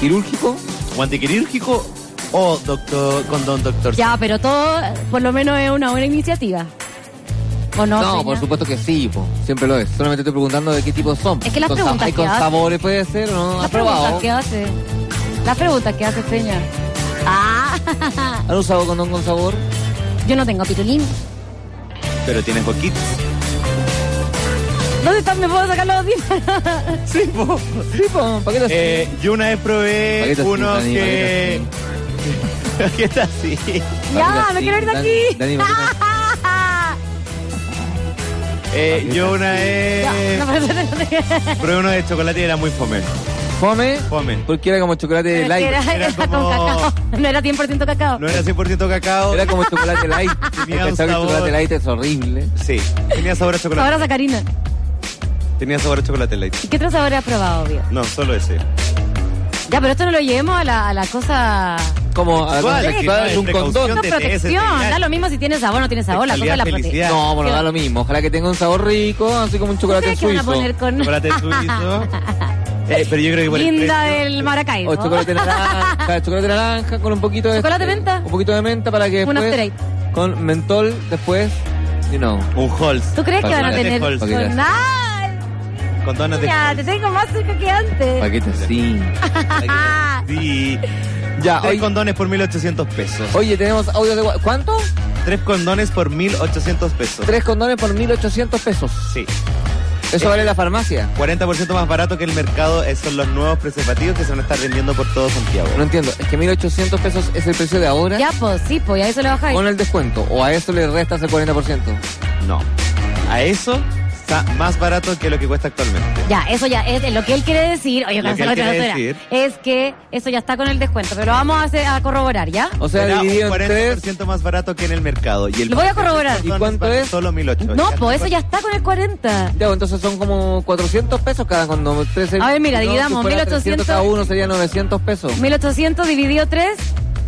quirúrgico.
¿Guante quirúrgico o doctor, condón doctor?
Ya, pero todo eh, por lo menos es una buena iniciativa. ¿O no?
No,
Peña?
por supuesto que sí, po. siempre lo es. Solamente estoy preguntando de qué tipo son.
Es que las
Con sa-
preguntas
Hay
que
con
hace-
sabores, puede ser, ¿o ¿no?
Las
¿Has probado?
preguntas que hace. Las preguntas que hace Peña. Ah, [LAUGHS]
¿Has usado condón con sabor?
yo no tengo pitulín.
Pero tienes poquitos.
¿Dónde están? ¿Me puedo sacar los audífonos?
Sí, po.
Sí, po. ¿Para qué lo
Eh, yo una vez probé
Paquetas
uno
sí, Dani,
que. [LAUGHS] Eh, ¿Qué está así?
ya,
Paquita,
me
sí,
quiero ir de
Dani,
aquí.
Dani,
[LAUGHS]
Eh, yo una vez
Eh,
Ya, [LAUGHS] no, pero-
[LAUGHS]
probé uno de chocolate y era muy fome.
Fome.
Fome.
Porque era como chocolate de
Era,
light.
era
Era
con
como-
cacao. No era 100% cacao.
No era 100% cacao.
Era como chocolate light.
Tenía un
¿Cachai? El
sabor.
chocolate light es horrible.
Sí, tenía sabor a chocolate.
Ahora sacarina.
Tenía sabor a chocolate light.
¿Y qué otro sabor has probado, obvio?
No, solo ese.
Ya, pero esto no lo llevemos a la, a la cosa.
Como a
¿Cuál?
como-
Sí,
claro,
no,
es un
precaución.
condón.
No,
DTS,
protección.
felicidad.
Da lo mismo si tiene sabor o no tiene sabor. La cosa es la
Calidad,
protección.
felicidad.
No, bueno, da lo mismo. Ojalá que tenga un sabor rico, así como un chocolate
¿Ustedes qué van a
suizo.
poner con [LAUGHS]
Chocolate suizo. Eh, pero yo creo que por el
Linda
precio-
del Maracaibo?
O chocolate naranja, chocolate naranja con un poquito de... este,
¿Chocolate menta?
Un poquito de menta para que
Un after
después...
eight.
Con mentol después, you know.
Un Halls.
¿Tú crees que van a
Chocolate
tener
Halls.
con- ¡Ay!
Con donas de...
Ya, te tengo más cerca que antes.
Paquete, sí.
Ah,
Sí.
Ya,
Tres
oye,
condones por 1.800 pesos.
oye, tenemos audio de... wa- ¿Cuánto?
Tres condones por 1.800 pesos.
Tres condones por 1.800 pesos.
Sí.
Eso vale la farmacia.
40% más barato que el mercado eh, son los nuevos preservativos que se van a estar vendiendo por todo Santiago.
No entiendo, es que 1.800 pesos es el precio de ahora
Ya, pues, sí, pues, y ahí se lo bajáis.
con el descuento. O a eso le restas el 40%.
No. A eso está más barato que lo que cuesta actualmente.
Ya, eso ya, es lo que él quiere decir, oye,
Lo que
Gonzalo,
él quiere
Terracera,
decir.
es que eso ya está con el descuento, pero lo vamos a, hacer- a corroborar, ¿ya?
O sea,
Será un
dividido en tres.
40% más barato que en el mercado. Y el
Lo voy a corroborar.
¿Y cuánto es?
Solo 1.800.
No, pues eso ya está con el 40.
Ya, entonces son como 400 pesos cada condomo. Tres-
A ver, mira,
no,
dividamos,
si fuera
1800.
300 cada uno sería 900 pesos.
1800 dividido 3,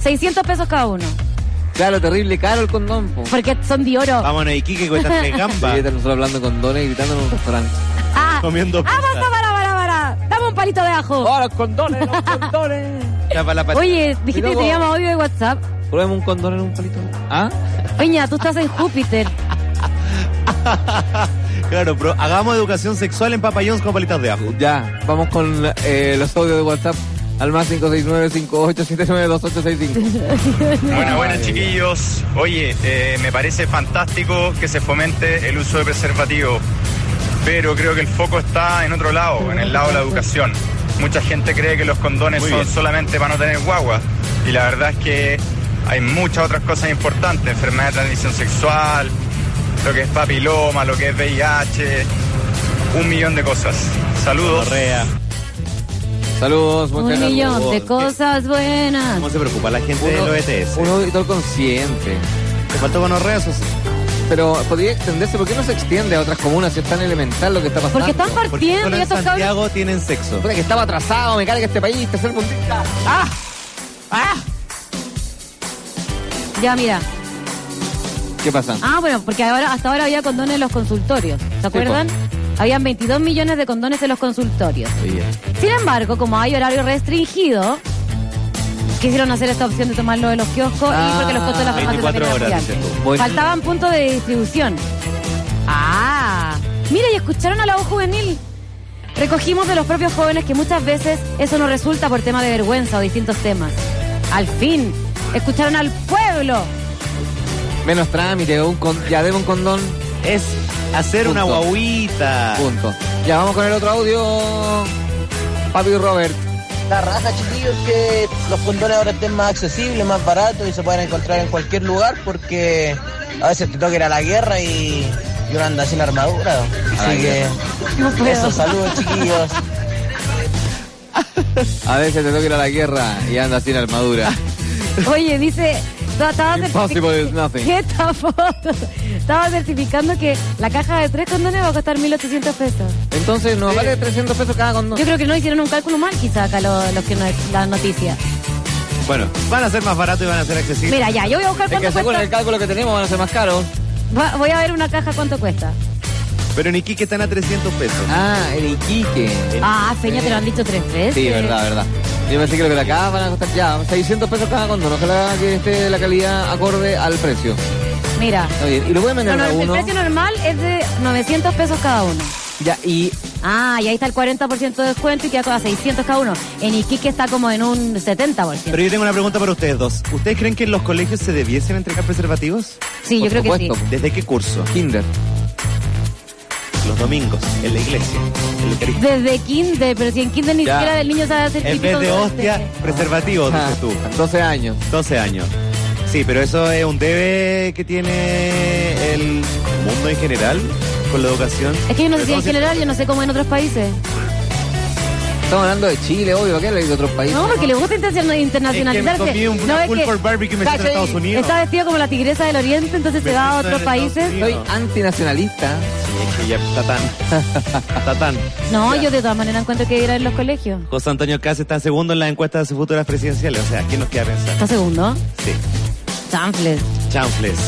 600 pesos cada uno.
Claro, terrible caro el condón. po.
Porque son de oro.
Vámonos a Iquique
[LAUGHS]
con estas tres
Sí,
gambas.
estar nosotros hablando con dones y gritando en un restaurante.
Ah,
Comiendo
ah,
pizza.
basta, para, para, para. Dame un palito de ajo.
Oh,
¡Ahora los condones, los condones!
Tapa la patita.
Oye,
Y
dijiste que
luego-
teníamos audio de WhatsApp.
Probemos un condón en un palito. ¿Ah?
Peña, tú estás en Júpiter.
Claro, pero hagamos educación sexual en papayón con palitas de ajo.
Ya, vamos con eh, los audios de WhatsApp al más 569-5879-2865.
Buenas, buenas chiquillos. Oye, eh, me parece fantástico que se fomente el uso de preservativos, pero creo que el foco está en otro lado, en el lado de la educación. Mucha gente cree que los condones
Muy
son
bien.
solamente para no tener guagua, y la verdad es que hay muchas otras cosas importantes, enfermedad de transmisión sexual, lo que es papiloma, lo que es VIH, un millón de cosas. Saludos.
Correa.
Saludos, muchas
Un
gracias.
millón de
¿Qué?
cosas buenas.
¿Cómo se preocupa la gente de
Uno-
los ETS?
Un auditor consciente.
¿Te faltó gonorrea? Eso sí.
Pero podría extenderse, ¿por qué no se extiende a otras comunas si es tan elemental lo que está pasando?
Porque están
Porque
partiendo y
solo en
estos cabros.
Santiago tienen sexo.
Puta, que estaba atrasado, me carga este país, tercer puntista. ¡Ah! ¡Ah!
Ya, mira.
¿Qué pasa?
Ah, bueno, porque ahora, hasta ahora había condones en los consultorios. ¿Se acuerdan? Habían 22 millones de condones en los consultorios.
Oye,
Sin embargo, como hay horario restringido, quisieron hacer esta opción de tomarlo de los kioscos
Ah,
y porque los costos de la farmacia
24
también eran
horas,
gigantes.
dices
tú. Bueno.
Faltaban puntos de distribución. Ah, mira, y escucharon a la voz juvenil. Recogimos de los propios jóvenes que muchas veces eso no resulta por tema de vergüenza o distintos temas. Al fin, escucharon al pueblo.
menos trámite, un con- ya debo un condón,
Es hacer una
Punto.
guaguita.
punto. Ya vamos con el otro audio. Papi Robert.
La raja, chiquillos, que los condones ahora estén más accesibles, más baratos y se pueden encontrar en cualquier lugar porque a veces te toca ir a la guerra y, y uno anda sin armadura. Así que,
No puedo.
eso, saludos, chiquillos.
A veces te toca ir a la guerra y anda sin
[LAUGHS]
armadura.
Oye, dice, ta- estaba
Impossible is
certificando, [LAUGHS]
nothing.
Esta foto. Estaba certificando que la caja de tres condones va a costar 1.800 pesos.
Entonces nos vale 300 pesos cada condón.
Yo creo que no hicieron un cálculo mal quizá acá los que no, la noticia.
Bueno, van a ser más baratos y van a ser accesibles.
Mira, ya, yo voy a buscar
Es que
cuánto
según el
cuesta.
cálculo que tenemos van a ser más caros.
Va- voy a ver una caja cuánto cuesta.
Pero en Iquique están a 300 pesos.
Ah, el Iquique.
Ah, Feña, te lo han dicho tres veces.
Sí, verdad, verdad. Yo pensé que lo que de acá van a costar ya 600 pesos cada condón. Ojalá que esté la calidad acorde al precio.
Mira,
Está bien. Y lo pueden
no,
vender
no,
a
el
uno.
precio normal es de 900 pesos cada uno.
Ya, y
Ah, y ahí está el 40% de descuento y queda a 600 cada uno. En Iquique está como en un 70%.
Pero yo tengo una pregunta para ustedes dos. ¿Ustedes creen que en los colegios se debiesen entregar preservativos?
sí, yo
por
creo
supuesto,
que sí.
¿Desde qué curso?
Kinder.
Los domingos, en la iglesia, en la Eucaristía.
Desde kinder, pero si en kinder ni
Ya.
siquiera el niño sabe hacer
En
pipí
vez
con este.
de
dulce.
hostia, preservativos,
Ah.
dices tú.
12 años.
12 años. Sí, pero eso es un debe que tiene el mundo en general con la educación.
Es que yo no sé
Pero
si en
¿cómo se-
general, yo no sé cómo en otros países.
Estamos hablando de Chile, obvio, ¿qué de otros países?
No, porque le gusta internacion-
Es que me
internacionalizarse.
comí un
no
full por barbecue y me siento en
Cacha ahí.
Estados Unidos.
está vestido como la tigresa del oriente, entonces se
Me
va a
siento en
otros
Estados
país.
Unidos.
Soy antinacionalista.
Sí, es que ya está tan. Está tan.
No, yo de todas maneras encuentro que ir a los colegios.
José Antonio Caz está segundo en las encuestas de sus futuras presidenciales. O sea, ¿quién nos queda pensar?
¿Está segundo?
Sí.
Chanfles,
Chanfles.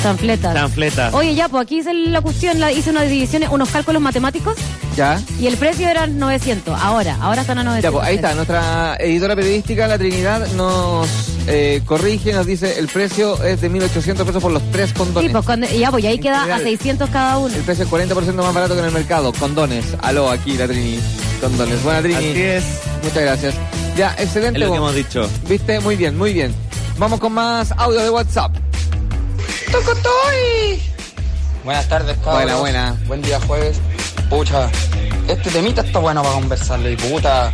chanfletas.
Chanfletas.
Ah. Oye, ya, pues aquí hice la cuestión, la, hice unas divisiones, unos cálculos matemáticos
Ya.
y el precio era 900. Ahora, ahora están a 900.
pues,
Ya, pues ahí está, nuestra editora periodística, La Trinidad, nos eh, corrige, nos dice el precio es de 1.800 pesos por los tres
Sí,
condones.
pues cuando- ya, pues y ahí
En
queda a
general.
600 cada uno.
El precio es 40% más barato que en el mercado. Condones. Aló, aquí la Trini. Condones. Buena Trini.
Así es.
Muchas gracias. Ya, excelente.
Es lo
vos.
que
[LAUGHS]
hemos dicho.
Viste, muy bien, muy bien. Vamos con más audio de WhatsApp.
Buenas tardes, cabros.
Buena, buena.
Buen día, jueves. Pucha, este temita está bueno para conversarlo. Y puta,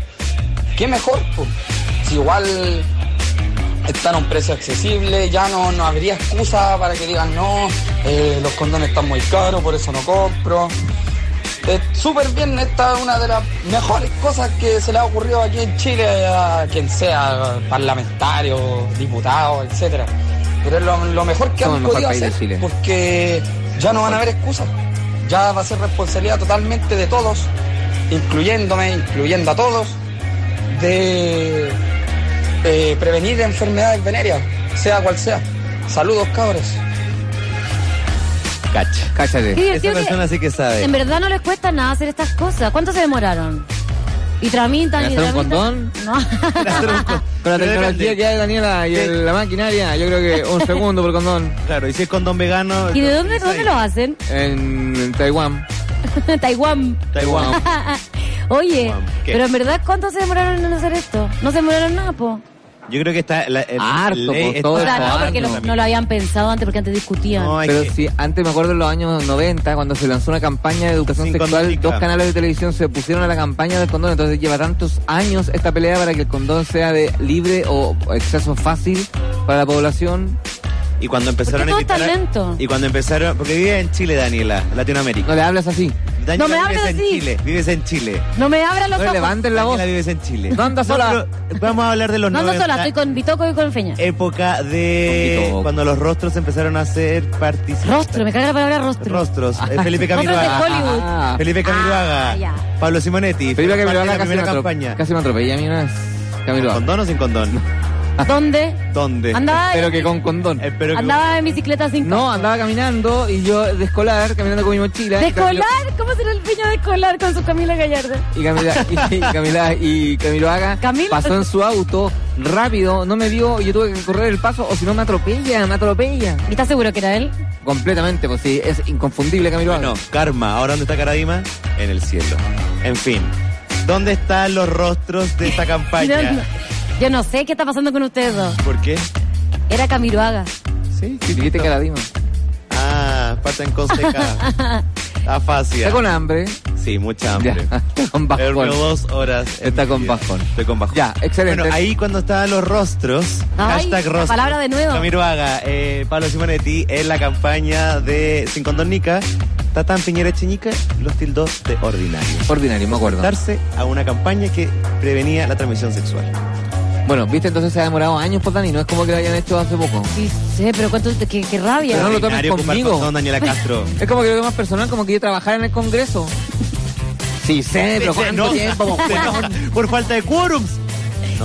¿qué mejor? po? Si igual están a un precio accesible, ya no, no habría excusa para que digan no, eh, los condones están muy caros, por eso no compro. Eh, Súper bien, esta es una de las mejores cosas que se le ha ocurrido aquí en Chile a quien sea, parlamentario, diputado, etcétera. Pero es lo, lo mejor que
Somos
han
el mejor
podido
país de
hacer,
Chile.
porque ya no van a haber excusas. Ya va a ser responsabilidad totalmente de todos, incluyéndome, incluyendo a todos, de eh, prevenir enfermedades venéreas, sea cual sea. Saludos, cabros.
Cacha.
Cáchate.
Qué
Esa
divertido que-
persona sí que sabe.
En verdad no les cuesta nada hacer estas cosas. ¿Cuánto se demoraron? Y tramitan
¿En
y
hacer un
tramitan. No. [LAUGHS]
Hacer un con-
Con la
Pero
tecnología
depende.
que hay, Daniela, y
Sí.
el- la maquinaria, yo creo que
[LAUGHS]
un segundo por condón.
Claro, y si es condón vegano.
¿Y de
entonces,
dónde,
es
dónde
ahí.
lo hacen? [LAUGHS]
En, en Taiwán.
Taiwán.
Taiwán.
Oye,
Taiwán, ¿qué?
pero en verdad, ¿cuánto se demoraron en hacer esto? No se demoraron nada, po.
Yo creo que está. La, el-
Harto,
ley
por
está-
todo
O
Todo
sea, no,
Taiwán,
porque
no.
lo- no lo habían pensado antes, porque antes discutían.
No, es
Pero
que-
si antes me acuerdo en los años 90, cuando se lanzó una campaña de educación
Sin
sexual,
condónica.
dos canales de televisión se pusieron a la campaña del condón. Entonces lleva tantos años esta pelea para que el condón sea de libre o acceso fácil para la población.
Y cuando empezaron
¿Por qué todo
a
tan
invitar a-
lento?
Y cuando empezaron. Porque vive en Chile, Daniela, Latinoamérica.
No le hablas así.
Daniela,
No me hables
vives en
así.
Chile. Vives en Chile.
No me abran los
No
ojos.
levanten la voz.
Daniela, vives en Chile.
No andas sola.
pero vamos a hablar de los
No ando
90,
sola, estoy con Bitoco y con
Eh,
Feña.
Época de.
Poquito.
Cuando los rostros empezaron a ser participantes.
Rostro, me caga la palabra rostro.
Rostros. Eh,
Rostros de
Felipe Camiroaga.
Hollywood.
Ah.
Felipe Camiroaga.
Ah, ya.
Pablo Simonetti.
Felipe
Parte de
Camiroaga
la
casi, me
primera
atrope-
campaña.
casi me atropella a mí una vez. Camiroaga.
¿Con condón o sin condón?
¿Dónde?
¿Dónde?
Andaba,
Pero que con condón.
Espero que-
andaba en bicicleta sin
No,
casco.
andaba caminando y yo de escolar, caminando con mi mochila.
¿De
y Camilo-
escolar? ¿Cómo será el piño de escolar con su Camila Gallardo?
Y Camila, y, Camila, y Camilo Haga
Camilo.
pasó en su auto rápido, no me vio y yo tuve que correr el paso o si no me atropella, me atropella.
¿Y estás seguro que era él?
Completamente, pues sí, es inconfundible Camilo Haga.
Bueno, Karma, ¿ahora dónde está Karadima? En el cielo. En fin, ¿dónde están los rostros
[LAUGHS]
de esta
Yo no-
campaña?
yo no sé qué está pasando con ustedes dos.
¿Por qué?
Era Camiroaga.
Sí,
Si dijiste que la dimos.
Ah, parten con
[LAUGHS]
seca. Está fácil.
Está con hambre.
Sí, mucha
Ya,
hambre.
está con [LAUGHS]
Duermo
bajón.
dos horas. en
Está
mi
con
vida.
bajón.
Estoy con bajón.
Ya, excelente.
Bueno, ahí cuando estaban los rostros,
Ay,
hashtag
la
rostros.
palabra de nuevo.
Ramiro Haga, eh, Pablo Simonetti, en la campaña de Sin Condornica, Tatán Piñera Cheñica, los tildos de ordinario.
Ordinario, me acuerdo.
Darse a una campaña que prevenía la transmisión sexual.
Bueno, viste, entonces se ha demorado años por Dani, no es como que lo hayan hecho hace poco.
Sí, sé, pero cuánto, qué, qué rabia.
Pero no lo tomes
Ordinario ocupar
conmigo.
condón,
[LAUGHS]
Daniela Castro.
Es como que lo veo más personal, como que yo trabajara en el Congreso. Sí, sé, Eh, pero
Se
¿cuánto
enoja,
[LAUGHS] tiempo?
se enoja Por falta de quórums.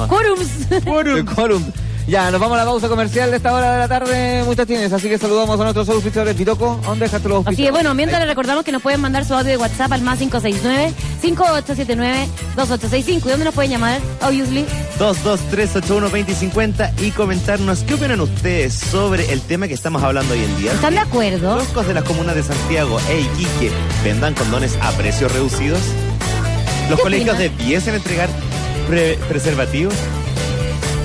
Quórums.
De quórum. Ya, nos vamos a la pausa comercial de esta hora de la tarde, muchachines. Así que saludamos a nuestros auspiciadores. Pitoco, ¿dónde dejaste los
Así
auspiciadores?
que bueno, mientras les recordamos que nos pueden mandar su audio de WhatsApp al más 569-5879-2865. ¿Y dónde nos pueden llamar? Obviously.
223812050 y comentarnos qué opinan ustedes sobre el tema que estamos hablando hoy en día.
¿Están de acuerdo?
¿Locos de las comunas de Santiago e Iquique vendan condones a precios reducidos? ¿Los
¿Qué
colegios
opinan?
debiesen entregar pre- preservativos?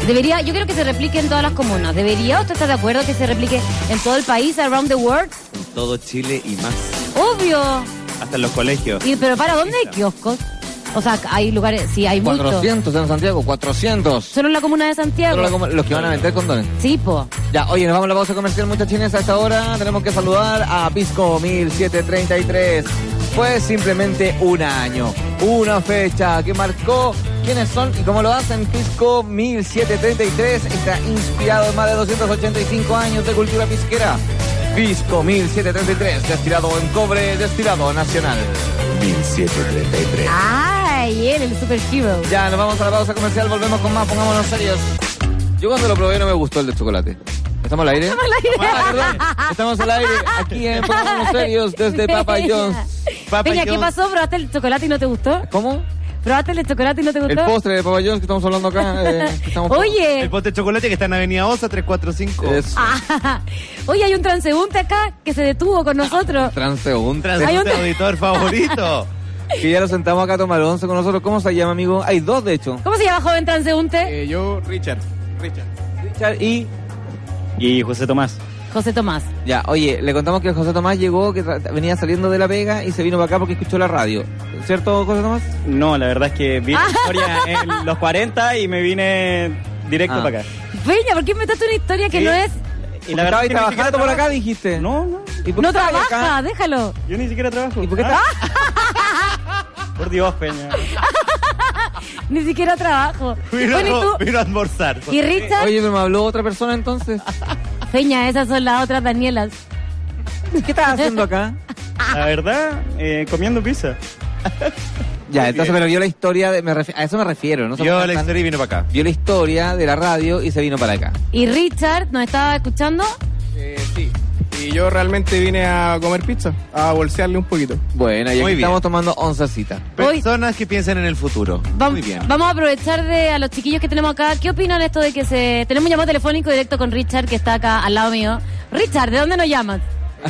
Debería, yo creo que se replique en todas las comunas. ¿Debería usted estar de acuerdo que se replique en todo el país, around the world?
En todo Chile y más.
Obvio.
Hasta en los colegios.
Y, pero ¿para dónde hay kioscos? O sea, hay lugares, sí, hay muchos.
400 en Santiago, 400.
Solo en la comuna de
Solo
Santiago.
como Los que van a vender condones.
Sí, po.
Ya, oye, nos vamos a la pausa comercial, muchachines. A esta hora tenemos que saludar a Pisco 1733. Fue simplemente un año, una fecha que marcó quiénes son y cómo lo hacen. Pisco 1733 está inspirado en más de 285 años de cultura pisquera. Pisco 1733, destilado en cobre, destilado nacional.
1733.
Ay, él, el superhero.
Ya, nos vamos a la pausa comercial, volvemos con más, pongámonos serios. Yo cuando lo probé no me gustó el de chocolate. ¿Estamos al aire? Estamos
Ah,
al aire. Ah,
[LAUGHS]
Estamos al aire aquí en Pongámonos Serios desde Papa John's.
Papa
Peña, ¿qué
John's.
pasó? ¿Probaste el chocolate y no te gustó?
¿Cómo?
¿Probaste el chocolate y no te
El
gustó?
postre de Papa John's que estamos hablando acá. eh,
[LAUGHS]
que estamos-
El
Oye,
pote de chocolate que está en Avenida Osa 345.
Es
ah, oye, hay un transeúnte acá que se detuvo con nosotros.
transeúnte.
Tras
Hay
de
un-
tu auditor
[LAUGHS]
favorito.
Que ya lo sentamos acá a tomar once con nosotros. ¿Cómo se llama, amigo? Hay dos, de hecho.
¿Cómo se llama joven transeúnte?
Eh, yo, Richard. Richard.
Richard y...
Y José Tomás.
José Tomás.
Ya, oye, le contamos que José Tomás llegó, que tra- venía saliendo de La Vega y se vino para acá porque escuchó la radio. ¿Cierto, José Tomás?
No, la verdad es que vi la historia en los 40 y me vine directo
Ah.
para acá.
Peña, ¿por qué inventaste una historia que
Sí.
no es?
Y
Porque estabais
es que ni siquiera
trabajando por acá,
trabajo.
dijiste.
No, no.
¿Y por
No
qué estabais
trabaja,
acá?
déjalo.
Yo ni siquiera trabajo.
¿Y por qué
Ah, [LAUGHS] Por Dios, Peña.
Ni siquiera trabajo.
Vino,
Bueno, ¿y tú?
vino a almorzar.
Y Richard,
Oye, pero me habló otra persona entonces.
Peña, esas son las otras Danielas.
¿Qué estás haciendo acá?
La verdad, eh, comiendo pizza.
Ya, entonces, pero vio la historia, de, me refi- a eso me refiero, ¿no?
Yo
Somos
la
tan-
historia y vino para acá.
Vio la historia de la radio y se vino para acá.
Y Richard, ¿nos estaba escuchando?
Eh, sí. Y yo realmente vine a comer pizza, a bolsearle un poquito.
Bueno, ya
Muy
que
bien.
estamos tomando once citas.
Hoy-
Personas que piensan en el futuro.
Vam-
Muy bien.
Vamos a aprovechar de a los chiquillos que tenemos acá. ¿Qué opinan esto de que se tenemos un llamado telefónico directo con Richard que está acá al lado mío? Richard, ¿de dónde nos llamas?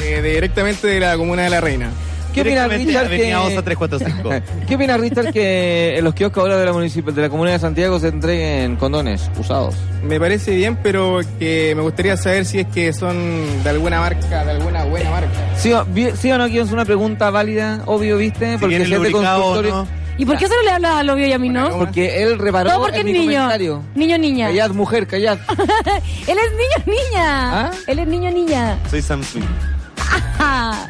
Eh, directamente de la comuna de la Reina.
¿Qué opina
Directamente
Richard
Avenida Osa
que...
[LAUGHS]
345.
[LAUGHS] ¿Qué opina Richard que en los kioscos ahora de la municipal, de la Comunidad de Santiago se entreguen condones usados?
Me parece bien, pero que me gustaría saber si es que son de alguna marca, de alguna buena marca.
¿Sí o, vi- sí o no, Guión? Es una pregunta válida, obvio, ¿viste?
Si viene
si es de
lubricado o
consultorio-
no.
¿Y por qué solo le hablas al obvio y a mí no?
Porque él reparó
Todo porque es
en mi
niño.
comentario.
Niño, niña.
Callad, mujer, callad.
Él es niño, niña.
¿Ah?
Él es niño, niña. [LAUGHS]
Soy Sam Smith.
Ah,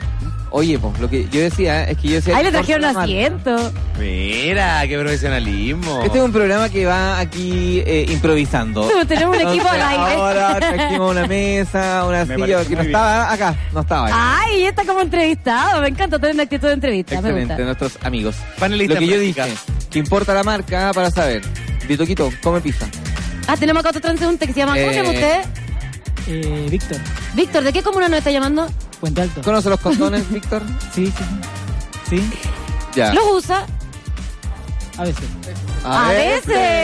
Oye, pues, lo que yo decía es que yo decía...
ahí le
que
trajeron
corta la mano.
asiento.
Mira, qué profesionalismo.
Este es un programa que va aquí eh, improvisando.
Tú, tenemos [LAUGHS] un equipo al
Entonces,
aire.
Ahora trajimos una mesa, una
Me
silla,
parece
que no
muy bien.
estaba acá, no estaba acá.
[LAUGHS] Ay, está como entrevistado. Me encanta tener una actitud de entrevista. Ah, Me
Excelente,
gusta.
nuestros amigos.
Panelista
Lo que yo
práctica.
dije, que importa la marca para saber. Vitoquito, come pizza.
Ah, tenemos acá otro transeúnte que se llama. ¿Cómo se llama
Eh,
usted?
Eh, Víctor,
Víctor, ¿de qué comuna nos está llamando?
Puente Alto.
¿Conoce los condones, Víctor?
Sí, sí, sí. Sí,
Ya.
Los usa.
a veces.
A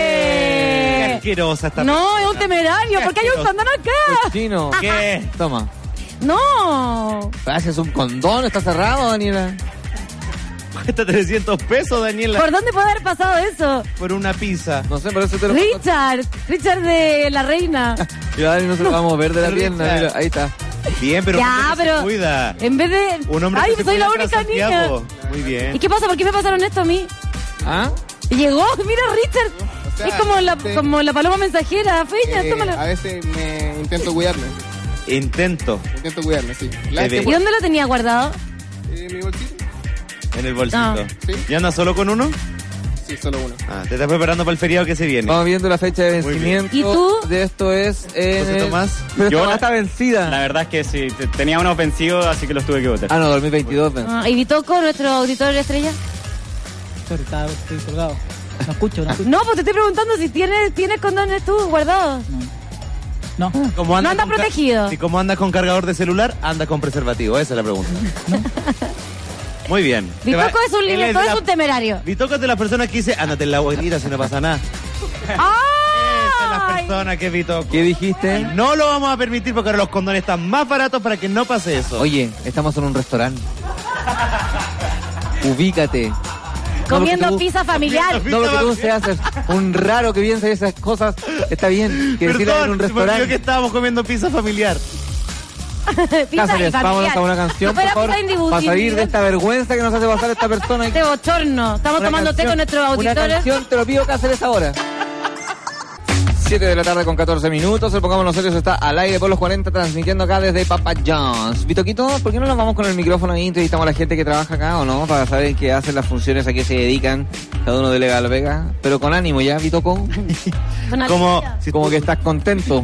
Qué
veces.
asquerosa [LAUGHS] esta
No, es un temerario. ¿Por qué hay un condón acá? [LAUGHS]
Chino.
¿Qué?
Toma.
No.
Gracias, un condón, está cerrado, Daniela.
Cuesta 300 pesos, Daniela,
¿Por dónde puede haber pasado eso?
por una pizza.
No sé, por eso te lo
Richard. Richard de la reina.
Y a Dani no se lo vamos a ver de la
Richard.
pierna. mira, ahí está.
Bien, pero un
Ya,
hombre que se
pero.
cuida.
En vez de.
Un hombre
Ay,
que se
soy
cuida
la
atrás,
única niña.
Santiago. Muy
¿Y
bien.
qué pasa? ¿Por qué me pasaron esto a mí?
¿Ah?
Llegó, [LAUGHS] mira Richard. es como la, como la paloma mensajera, feña, tómala.
Eh, veces me intento cuidarme,
Intento
intento cuidarme, sí. este
Las que-
¿Y dónde lo tenía guardado?
mi bolsito?
en el bolsito.
No.
Sí.
¿Y andas solo con uno?
Sí, solo uno.
Ah, te estás preparando para el feriado que se viene.
Vamos viendo la fecha de
Muy
vencimiento.
bien. ¿Y tú?
De esto es. en
José
el- [LAUGHS]
Tomás.
Pero
Yo
esta
la-
está vencida.
La verdad es que sí, te- tenía uno
Oh,
ofensivo, así que los tuve que votar.
Ah, no, 2022. ven.
Ah, ¿Y Vitoco, nuestro auditor estrella?
Sorry, estaba- estoy colgado. No escucho, no escucho.
No, pues te estoy preguntando si tienes, tienes condones tú guardados.
No,
Como
No anda
Ah, con ca-
protegido.
Si como andas con cargador de celular, anda con preservativo. Esa es
[LAUGHS]
la pregunta. Muy bien. Te va-
Vitoco es un
él
libre,
de
todo es
la-
un temerario.
Vitoco es de las personas que dice, ándate en la guairita si no pasa nada. Esa es la
¡Ay!
persona que es Vitoco.
¿Qué dijiste?
No lo vamos a permitir porque ahora los condones están más baratos para que no pase eso.
Oye, estamos en un restaurante. Ubícate.
Comiendo
No,
pizza familiar.
No lo que tú se haces. Un raro que piensa esas cosas. Está bien. Que decirlo en un
Perdón, se me olvidó que
restaurante.
estábamos comiendo pizza familiar.
[LAUGHS] pizza
Cáceres,
familiar.
vámonos a una canción, por
Si fuera
favor.
pizza individual-
Para salir de esta vergüenza que nos hace pasar esta persona.
Este bochorno. Estamos
Una
tomando té
canción-
con nuestros
Una
auditores.
canción, te lo pido Cáceres [LAUGHS] ahora. 7 de la tarde con 14 minutos, el Pongámonos Serios está al aire por los 40 transmitiendo acá desde Papa John's. Vitoquito, ¿por qué no nos vamos con el micrófono ahí entrevistamos a la gente que trabaja acá o no? Para saber qué hacen las funciones, a qué se dedican, cada uno delega a la vega, pero con ánimo ya, [LAUGHS] Vitoco,
Con alegría.
Como si
como que estás contento.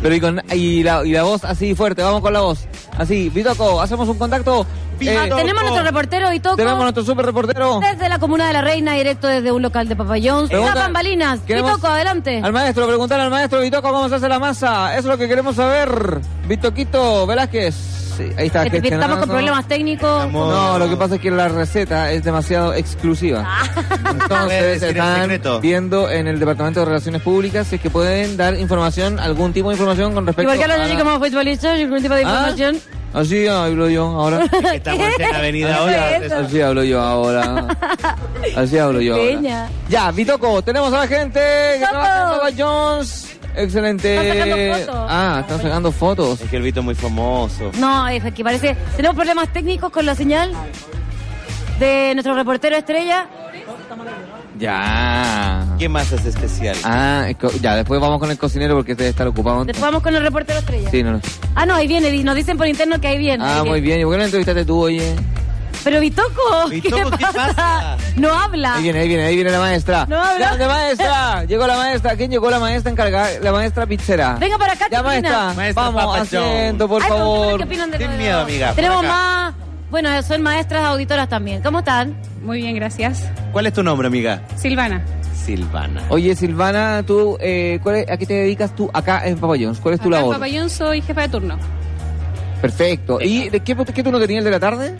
Pero y, con, y, la, y la voz así fuerte, vamos con la voz. Así, Vitoco, hacemos un contacto.
Ah,
Eh,
tenemos nuestro reportero Vitoco.
tenemos a nuestro super reportero.
Desde la comuna de la Reina, directo desde un local de papayón.
Pregunta-
Las bambalinas.
queremos-
Vitoco, adelante.
Al maestro, preguntar al maestro Vitoco cómo se hace la masa. Eso es lo que queremos saber. Vitoquito Velázquez. sí, ahí está.
Este-
Cristian
Estamos con
Ronaldo.
problemas técnicos.
No, lo que pasa es que la receta es demasiado exclusiva.
Ah.
[LAUGHS]
Entonces
decir el
están
secreto.
viendo en el Departamento de Relaciones Públicas si es que pueden dar información, algún tipo de información con
¿Y
respecto
por qué
a
hablan así
la-
como futbolistas y algún
Ah.
tipo de información?
Así hablo yo ahora.
[LAUGHS]
Estamos en la avenida
ahora. es eso?
Así hablo yo
[LAUGHS]
ahora. Así hablo yo ahora.
Peña.
Ya, Vitoco, tenemos a la gente que
Vitoco.
trabaja en Papa John's. Excelente.
Están sacando fotos.
Ah, están sacando fotos.
Es que el Vito es muy famoso.
No, es que parece. Tenemos problemas técnicos con la señal de nuestro reportero estrella.
Ya.
¿Qué más es especial?
Ah, es co- ya, después vamos con el cocinero porque este debe estar ocupado.
Después vamos con el reportero estrella.
Sí, no, no.
Ah, no, ahí viene. di- Nos dicen por interno que ahí viene.
Ah,
así que-
muy bien. ¿Y por qué no entrevistaste tú, oye?
Pero Vitoco,
Vitoco,
¿qué,
¿qué
pasa?
pasa?
No habla.
Ahí viene, ahí viene, ahí viene la maestra.
Ah. No habla.
¡Grande maestra! Llegó la maestra. ¿Quién llegó? La maestra encargada, la maestra pizzera.
Venga para acá,
Ya, maestra.
Maestra
vamos,
Papa
asiento, por
John's.
Ay, preguntémosle
favor.
¿Qué opinan de
Sin
lo de-
miedo, amiga, por
Tenemos
acá.
más. Bueno, son maestras auditoras también. ¿Cómo están?
Muy bien, gracias.
¿Cuál es tu nombre, amiga?
Silvana,
Silvana.
Oye, Silvana, tú, eh, ¿cuál es- ¿a qué te dedicas tú acá en Papa John's? ¿Cuál es tu
acá en
labor?
Papayón soy jefa de turno.
Perfecto. ¿Y de qué, qué turno tenías el de la tarde?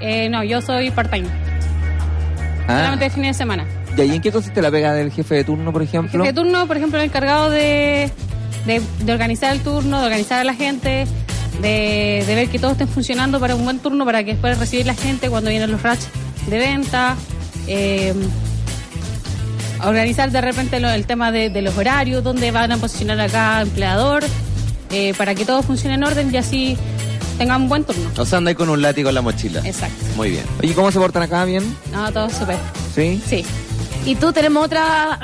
Eh, no, yo soy part-time,
Ah.
solamente de fines de semana.
¿Y ahí en qué consiste la pega del jefe de turno, por
Jefe
ejemplo?
de turno, por ejemplo, el encargado de, de, de organizar el turno, de organizar a la gente, de, de ver que todo esté funcionando para un buen turno, para que después recibir la gente cuando vienen los rachs de venta. eh, organizar de repente lo- el tema de, de los horarios, dónde van a posicionar a cada empleador, eh, para que todo funcione en orden y así tengan un buen turno.
O sea, anda ahí con un látigo en la mochila.
Exacto.
Muy bien.
¿Y cómo se portan acá? ¿Bien?
No, todo súper.
¿Sí?
Sí.
Y tú tenemos otra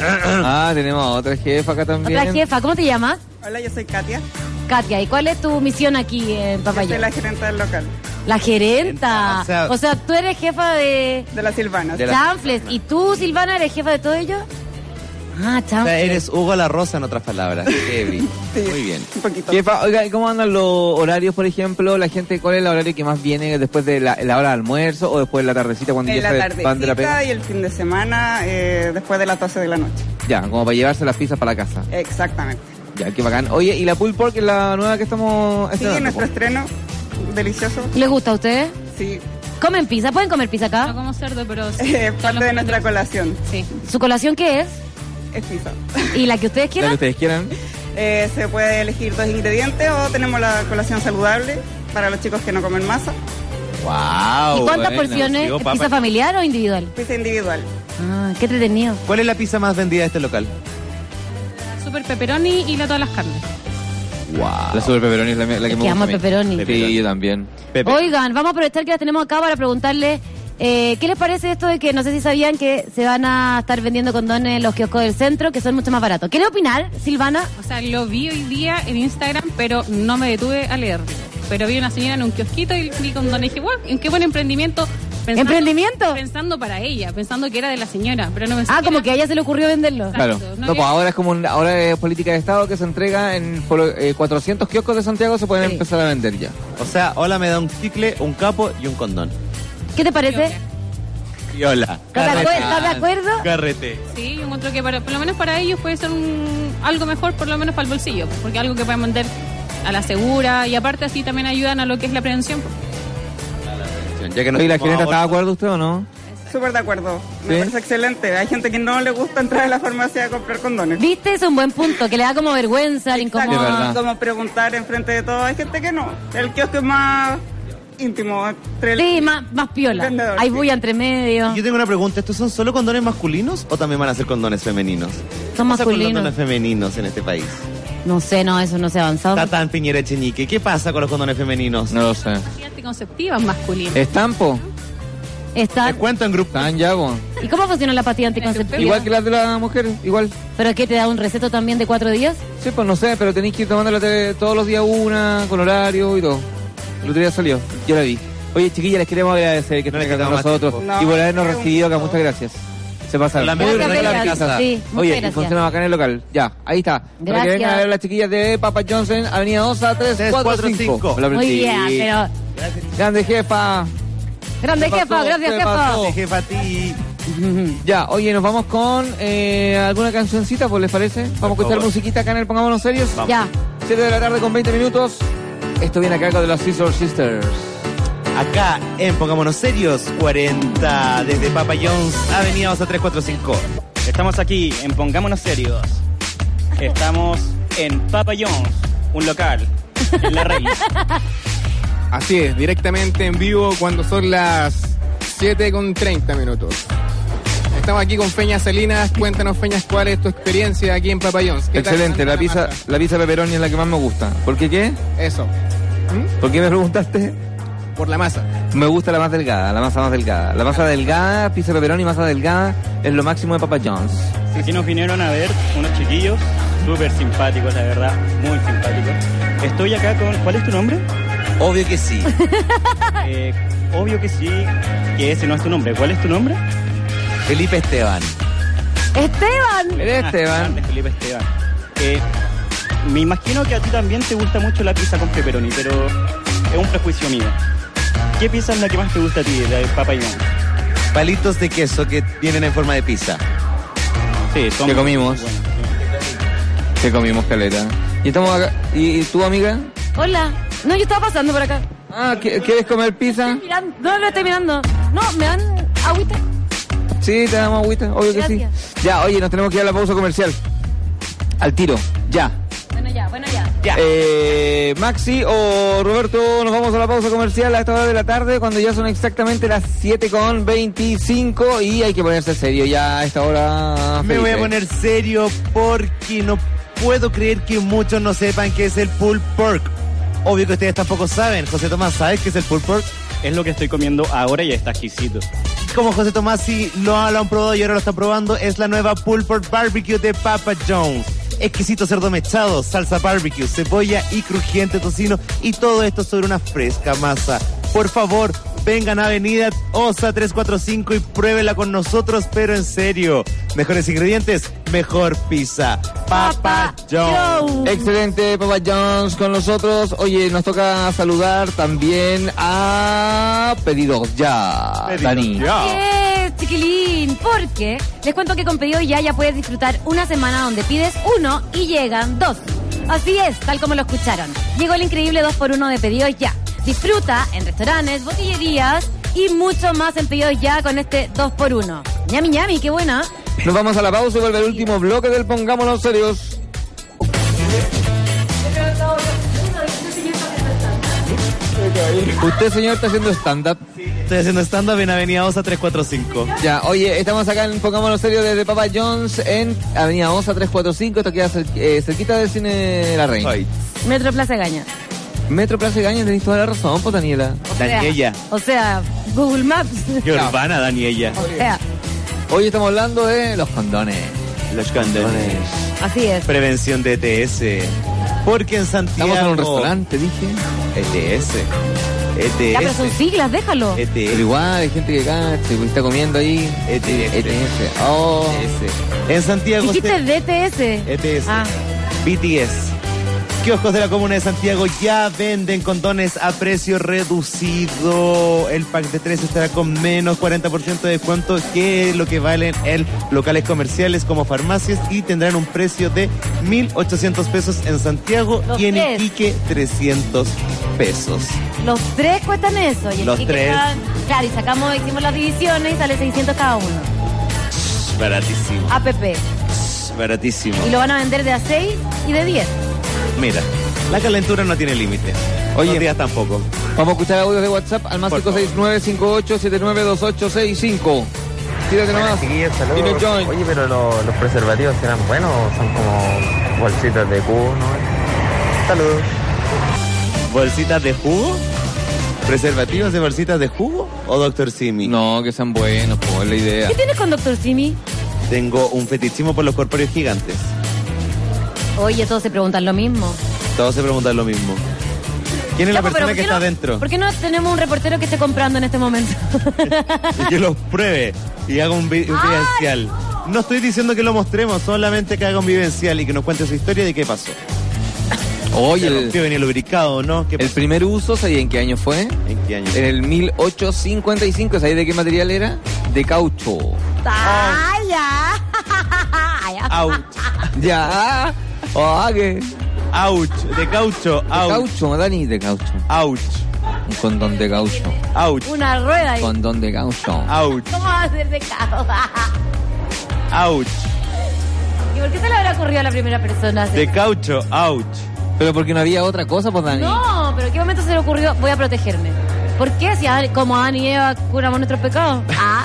Ah, tenemos a otra jefa acá también.
otra jefa. ¿Cómo te llamas?
Hola, yo soy Katia.
Katia, ¿y cuál es tu misión aquí en
Yo soy
Papayón?
la gerente del local
La gerenta.
O sea-
O sea, tú eres jefa de
de la Silvana.
De la-
Chanfles. ¿Y tú, Silvana, eres jefa de todo ello? Ah,
O sea,
Chanfles.
eres Hugo La Rosa, en otras palabras. Heavy. Muy bien.
Un poquito.
Jefa, oiga, ¿y ¿cómo andan los horarios, por ejemplo? La gente, ¿cuál es el horario que más viene después de la, la hora de almuerzo o después de la tardecita cuando
En
ya
la
se van de la pega?
tardecita y el fin de semana eh, después de las 12 de la noche.
Ya, como para llevarse las pizzas para la casa.
Exactamente.
Ya, qué bacán. Oye, ¿y la pull pork es la nueva que estamos
Sí,
estrenando,
nuestro
po?
estreno delicioso.
¿Les gusta a ustedes?
Sí,
¿Comen pizza? ¿Pueden comer pizza
No
acá?
como cerdo,
[LAUGHS]
pero sí.
es
todos
parte
los
de nuestra
platos.
colación.
Sí.
¿Su colación qué es?
Es pizza.
¿Y la que ustedes
La que
quieran?
ustedes quieran.
Eh, se puede elegir dos ingredientes o tenemos la colación saludable para los chicos que no comen masa.
Wow.
¿Y cuántas
buena.
porciones?
oh,
Digo,
¿Es
papa.
¿Pizza familiar o individual?
Pizza individual.
Ah, qué entretenido.
¿Cuál es la pizza más vendida de este local?
Super pepperoni y la todas las carnes.
Wow.
La super pepperoni es la, la que
Es
me
que
gusta.
amo
a mí.
el pepperoni.
Sí, yo también.
Pepe.
Oigan, vamos a aprovechar que las tenemos acá para preguntarles eh, qué les parece esto de que no sé si sabían que se van a estar vendiendo condones en los kioscos del centro, que son mucho más baratos. ¿Quieres opinar, Silvana?
O sea, lo vi hoy día en Instagram, pero no me detuve a leerlo. Pero vi una señora en un kiosquito y vi con don dije, wow, en qué buen emprendimiento. Pensando-
¿Emprendimiento?
Pensando para ella, pensando que era de la señora, pero no pensé
Ah, como que
era-
a ella se le ocurrió venderlo.
Claro.
Exacto,
No,
no
pues
que-
ahora es como un- ahora es política de Estado que se entrega en por, eh, 400 kioscos de Santiago se pueden
Sí.
empezar a vender ya.
O sea, hola me da un chicle, un capo y un condón.
¿Qué te parece?
Y hola.
¿Estás de acuer- estás de acuerdo?
Carrete.
Sí, yo encuentro que para- por lo menos para ellos puede ser un- algo mejor, por lo menos para el bolsillo, porque algo que pueden vender a la segura y aparte así también ayudan a lo que es la prevención.
Ya que no
Oye, la
tenemos
gerente está de
aborto,
acuerdo usted o no?
Súper de acuerdo. Me
¿Sí?
parece excelente. Hay gente que no le gusta entrar a la farmacia a comprar condones.
Viste, es un buen punto, que le da como vergüenza, le
Exacto,
De
incomoda.
verdad.
Como preguntar enfrente de todo. Hay gente que no. El kiosco es más íntimo. Entre el-
Sí, más, más piola.
Vendedor,
Hay
sí.
bulla entre medio.
Yo tengo una pregunta, ¿estos son solo condones masculinos o también van a ser condones femeninos?
Son
¿Qué pasa con los
masculinos.
condones femeninos en este país?
No sé, no, eso no se ha avanzado.
Tatán Piñera Cheñique, ¿qué pasa con los condones femeninos?
No lo sé.
Anticonceptivas masculinas.
¿Estampo?
Está.
Eh,
Te cuento en grupo.
¿Están ya, po.
¿Y cómo funciona la pastilla anticonceptiva?
Igual que las de las mujeres, igual.
¿Pero qué te da un receto también de cuatro días?
Sí, pues no sé, pero tenéis que ir tomándola te- todos los días una, con horario y todo. El otro día salió, yo la vi. Oye, chiquillas, les queremos agradecer que
No
estén
les
acá con
quitamos más
nosotros
tiempo.
y por
No,
habernos
qué
recibido acá.
gusto.
Muchas gracias. Se pasaron.
La mejor
Muy
regla de la
rica
casa. Sí, muchas
Oye,
gracias.
y funciona bacán el local. Ya, ahí está. Para que
Gracias.
vengan a ver las chiquillas de Papa Johnson, Avenida 2 a 3, 4, 5.
345.
Muy bien, pero.
Grande jefa.
Grande
¿Qué
jefa,
pasó?
gracias
¿Qué
jefa.
pasó?
Jefa, a ti.
Ya, oye, nos vamos con eh, alguna cancioncita, pues les parece. Vamos a escuchar
favor.
musiquita acá en el Pongámonos Serios.
Vamos.
Ya.
7 de la tarde con 20 minutos. Esto viene a cargo de los Scissor Sisters.
Acá en Pongámonos Serios 40, desde Papa Jones, Avenida 345.
Estamos aquí en Pongámonos Serios. Estamos en Papa Jones, un local en La Reina.
Así es, directamente en vivo cuando son las 7 con 30 minutos. Estamos aquí con Feña Salinas. Cuéntanos, Feñas, cuál es tu experiencia aquí en Papayón.
Excelente, la pizza, la pizza pepperoni es la que más me gusta. ¿Por qué qué? ¿Mm?
Eso,
¿Por qué me preguntaste?
por la masa.
Me gusta la más delgada, la masa más delgada. La masa delgada, pizza pepperoni, masa delgada, es lo máximo de Papa John's.
Aquí nos vinieron a ver unos chiquillos súper simpáticos, la verdad, muy simpáticos. Estoy acá con. ¿Cuál es tu nombre?
Obvio que sí.
[LAUGHS] Eh, obvio que sí, que ese no es tu nombre. ¿Cuál es tu nombre?
Felipe Esteban.
Esteban.
Esteban. Felipe Esteban. Eh, me imagino que a ti también te gusta mucho la pizza con pepperoni, pero es un prejuicio mío. ¿Qué pizza es la que más te gusta a ti, la de Papa John?
Palitos de queso que vienen en forma de pizza.
Sí,
Que comimos. Que comimos caleta. Y estamos acá. ¿Y, y tú, amiga?
Hola. No, yo estaba pasando por acá.
Ah, ¿quieres comer pizza?
Mirando. No, lo estoy mirando. No, me dan agüita.
Sí, te damos agüita, obvio que sí. Ya, oye, nos tenemos que ir a la pausa comercial. Al tiro, ya.
Bueno, ya, bueno, ya.
Eh, Maxi o Roberto, nos vamos a la pausa comercial a esta hora de la tarde cuando ya son exactamente las 7 con 25 y hay que ponerse serio ya a esta hora.
Me voy a
Felipe.
poner serio porque no puedo creer que muchos no sepan qué es el pulled pork. Obvio que ustedes tampoco saben. José Tomás, ¿sabes qué es el pulled pork?
Es lo que estoy comiendo ahora y está exquisito.
Como José Tomás sí lo, lo han probado y ahora lo están probando, es la nueva pulled pork barbecue de Papa Jones. Exquisito cerdo mechado, salsa barbecue, cebolla y crujiente tocino y todo esto sobre una fresca masa. Por favor, vengan a Avenida OSA 345 y pruébela con nosotros, pero en serio. Mejores ingredientes, mejor pizza. Papa Jones.
Excelente, Papa Jones con nosotros. Oye, nos toca saludar también a Pedidos Ya,
Pedidos
Dani.
Así es, chiquilín, porque les cuento que con Pedido Ya ya puedes disfrutar una semana donde pides uno y llegan dos. Así es, tal como lo escucharon. Llegó el increíble 2x1 de Pedido Ya. Disfruta en restaurantes, botillerías y mucho más en Pedido Ya con este 2x1. Ñami ñami, qué buena.
Nos vamos a la pausa y vuelve el último bloque del Pongámonos Serios. ¿Usted, señor, está haciendo stand-up?
Estoy haciendo stand-up en Avenida OSA 345.
Ya, oye, estamos acá en Pongámonos Serios desde Papa John's en Avenida Osa 345. Esto queda cer- eh, cerquita del cine La Reina.
Metro Plaza Gaña.
Metro Plaza Gaña, tenéis toda la razón, pues, Daniela.
Daniela.
O sea, Google Maps.
Qué urbana, Daniela.
O sea,
Hoy estamos hablando de los condones.
Los condones.
así es.
Prevención de ETS. Porque en Santiago. E
Estamos en un restaurante, dije.
ETS. E
Ya, pero son
ETS.
siglas, déjalo.
E
Pero
ETS.
igual, hay gente que cacha, pues, está comiendo ahí.
E
ETS. Oh.
En Santiago.
Dijiste DTS.
ETS.
Ah.
BTS. Kioscos de la Comuna de Santiago ya venden condones a precio reducido. El pack de tres estará con menos 40% de descuento que lo que valen en locales comerciales como farmacias y tendrán un precio de 1.800 pesos en Santiago
Los
y en
tres.
Iquique 300 pesos.
Los tres cuestan eso. Y el
Los
ticket
tres.
está- Claro, y sacamos, hicimos las divisiones y sale 600 cada uno.
Baratísimo,
APP.
baratísimo.
Y lo van a vender de a 6 y de 10.
Mira, la calentura no tiene límite. Hoy en día tampoco.
Vamos a escuchar audios de WhatsApp al más
Por
569-5879-2865. Tírate nomás. Dime, John.
Oye, pero lo- los preservativos eran buenos o son como bolsitas de cubo, ¿no? Saludos.
¿Bolsitas de jugo? ¿Preservativos de bolsitas de jugo o Dr. Simi?
No, que sean buenos, pues la idea.
¿Qué tienes con Doctor Simi?
Tengo un fetichismo por los corpóreos gigantes.
Oye, todos se preguntan lo mismo.
Todos se preguntan lo mismo. ¿Quién es
Ya,
la
pues, pero
persona
¿por
que
qué
está
no-
adentro?
¿Por qué no tenemos un reportero que esté comprando en este momento?
[LAUGHS] Y que los pruebe y haga un, vi- un vivencial. No estoy diciendo que lo mostremos, solamente que haga un vivencial y que nos cuente su historia de qué pasó.
Oye,
Se
el-
rompió, venía lubricado, ¿no? ¿Qué
El
pasó?
primer uso, ¿sabía en qué año fue?
¿En qué año?
En el 1855, ¿sabéis de qué material era? De caucho. [LAUGHS]
¡Ay, ya!
Ouch.
Ya. Ah, que.
Ouch, de caucho, ouch.
Caucho, Dani, de caucho.
Ouch.
Un condón de caucho.
Ouch.
Una rueda ahí.
Condón de caucho.
Ouch.
¿Cómo va a ser de caos? [LAUGHS]
Ouch.
¿Y por qué se le habrá ocurrido a la primera persona? hacer
De caucho, ouch.
Pero porque no había otra cosa, pues Dani.
No, pero ¿en qué momento se le ocurrió? Voy a protegerme. ¿Por qué? Si Adán- como Adán y Eva curamos nuestros pecados. Ah,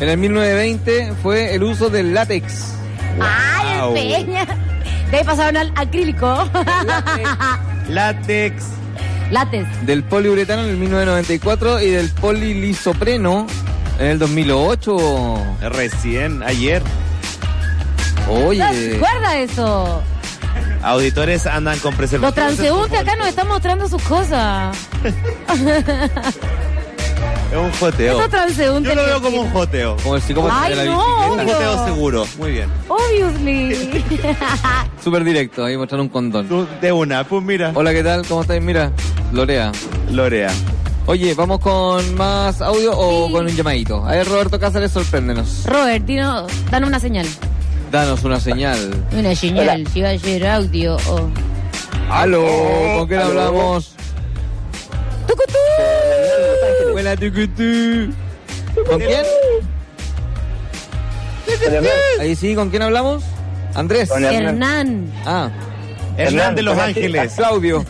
En el 1920 fue el uso del látex.
Ah,
ay, el peña. De ahí pasaron al acrílico. [LAUGHS]
Látex.
Látex.
Del poliuretano en el 1994 y del polilisopreno en el 2008.
Recién, ayer.
¿No
Oye.
recuerda eso?
Auditores andan con
Los
preservativos.
transeúntes acá nos están mostrando sus cosas.
Es un joteo.
Esos transeúntes
Yo lo veo
que
como un joteo. Como el
psicópata Ay, de la no,
Un
bicicleta.
joteo seguro. Muy bien.
[LAUGHS]
Obviously.
Súper directo, ahí mostrar un condón.
De una, pues mira.
Hola, ¿qué tal? ¿Cómo estáis? Mira, Lorea.
Lorea.
Oye, ¿vamos con más audio o con un llamadito? A ver, Roberto Cáceres, sorpréndenos.
Robert, dino, dan una señal.
Danos una señal.
Una señal, si va a ser audio Oh. o...
¡Aló! ¿Con quién
Aló.
hablamos? ¡Tucutú! Buena Tucutú. ¿Con quién? Ahí sí, ¿con quién hablamos? Andrés.
Con Hernán.
Ah.
Hernán de Los
con H.
Ángeles.
Claudio.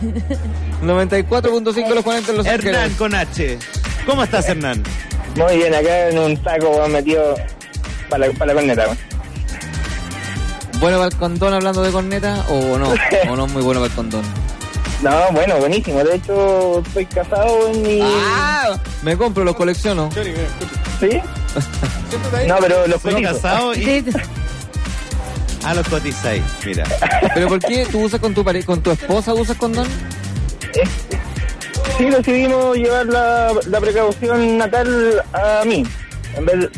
94.5 los 40 en Los
Hernán Eh,
Ángeles.
con H. ¿Cómo estás, Hernán?
Muy bien, acá en un taco, weón, metido para la, para la corneta, weón.
¿Bueno para el condón hablando de corneta o no? ¿O no es muy bueno para el condón?
No, bueno, buenísimo. De hecho, estoy casado, weón, y...
Ah, Me compro, los colecciono.
¿Sí? No, pero los
Soy
cotizo.
casado y... Ah, los cotizáis, [LAUGHS] mira.
¿Pero por qué tú usas con tu pare con tu esposa usas condón?
Sí, decidimos llevar la, la precaución natal a mí. En vez de-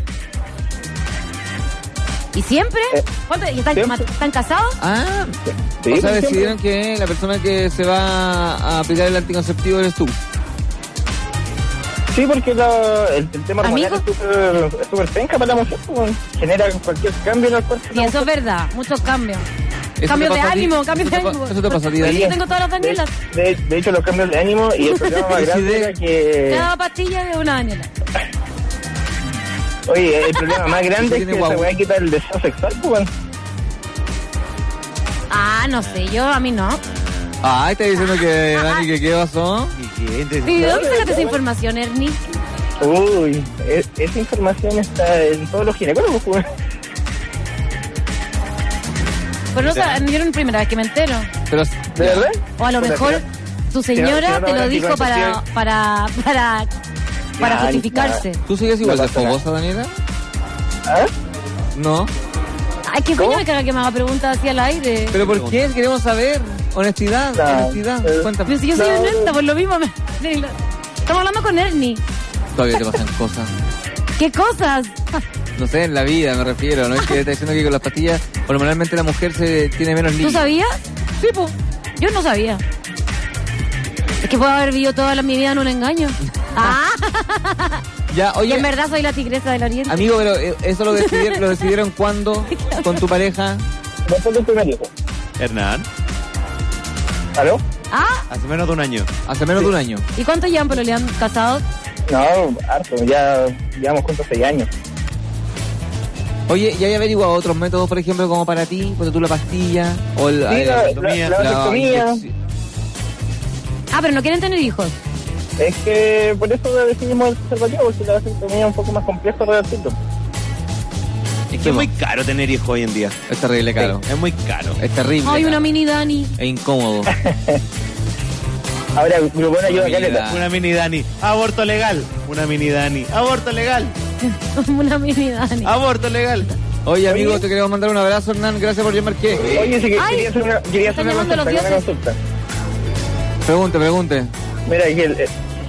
¿Y siempre?
Eh,
¿Cuánto- ¿Y están, ma- están casados?
Ah.
Sí, pues,
o
por
sea,
ejemplo.
decidieron que la persona que se va a aplicar el anticonceptivo eres tú.
Sí, porque la- el, el tema hormonal es súper es súper penca para la mujer, weón. Genera cualquier cambio en el cuerpo.
Y eso es verdad, muchos cambios.
te
Cambios de
pasa a ti?
ánimo, cambios de
Eso te
ánimo.
pa- eso te pasa a ti, Eh, Dani.
Yo tengo todas las Danielas.
De, de hecho, los cambios de ánimo y el problema más grande era
Te
que...
daba pastillas de una Daniela.
Oye, el problema más grande es
Tiene
que se
guagua.
voy a quitar el deseo sexual, pues, weón.
Ah, no sé, yo a mí no.
Ay, está diciendo que Dani, que qué pasó.
¿Y de dónde sacaste esa información, Ernie?
Uy, e- esa información está en todos los ginecólogos, pues, weón.
Pero no sab- yo era la primera vez que me entero.
Pero,
¿De verdad?
O a lo
Puta,
mejor tu
si no- si
señora
no
te lo
habrá
dijo para,
anticoncepción.
para, para, para
Nah,
justificarse.
nada.
¿Tú sigues igual
No
de
pasa nada.
fogosa, Daniela?
¿Ah?
No.
Ay, qué coño me caga que me haga preguntas así al aire.
¿Pero por qué? Queremos saber. Honestidad,
Nah.
honestidad.
Eh,
Cuéntame.
Pero si yo soy honesta, por lo mismo. me- Estamos hablando con Ernie.
Todavía te pasan cosas.
¿Qué cosas?
No sé, en la vida me refiero. No es que está diciendo que con las pastillas normalmente la mujer se tiene menos
¿Tú
líquido.
sabías? Sí, po. Yo no sabía. Es que puedo haber vivido toda la- mi vida en un [LAUGHS] engaño. Ah,
Ya,
y
oye,
en verdad soy la tigresa del oriente.
amigo, pero eh, eso lo decidieron, lo decidieron cuándo con tu pareja.
Después del primer hijo.
Hernán,
¿Aló?
Ah,
hace menos de un año.
Hace menos de un año.
¿y cuánto llevan pololeando casados?
No, harto, ya llevamos juntos seis años.
Oye, ¿y hay averiguado otros métodos, por ejemplo, como para ti, cuando tú la pastilla o el-
Sí, la-
vasectomía,
la- la vasectomía.
inyección?
Ah, pero no quieren tener hijos.
Es que por eso decidimos el preservativo, porque la vasectomía es un poco más complejo redactarlo.
Es que es muy caro tener hijos hoy en día.
Es terrible caro.
es muy caro. Eh,
Es terrible.
Ay, una mini Dani. [LAUGHS]
[LAUGHS]
E incómodo.
Ahora, Grupón ayuda a
Una mini
Caleta.
Dani. Una mini Dani. Aborto legal. Una mini Dani. Aborto legal.
una mini Dani.
Ah,
Aborto legal.
Oye, amigo, te queremos mandar un abrazo, Hernán. Gracias por llamar. ¿Qué?
Oye, sí que quería hacer una, quería hacer
están
una
llamando
consulta.
los
una consulta.
Pregunte, pregunte.
Mira, que el- eh,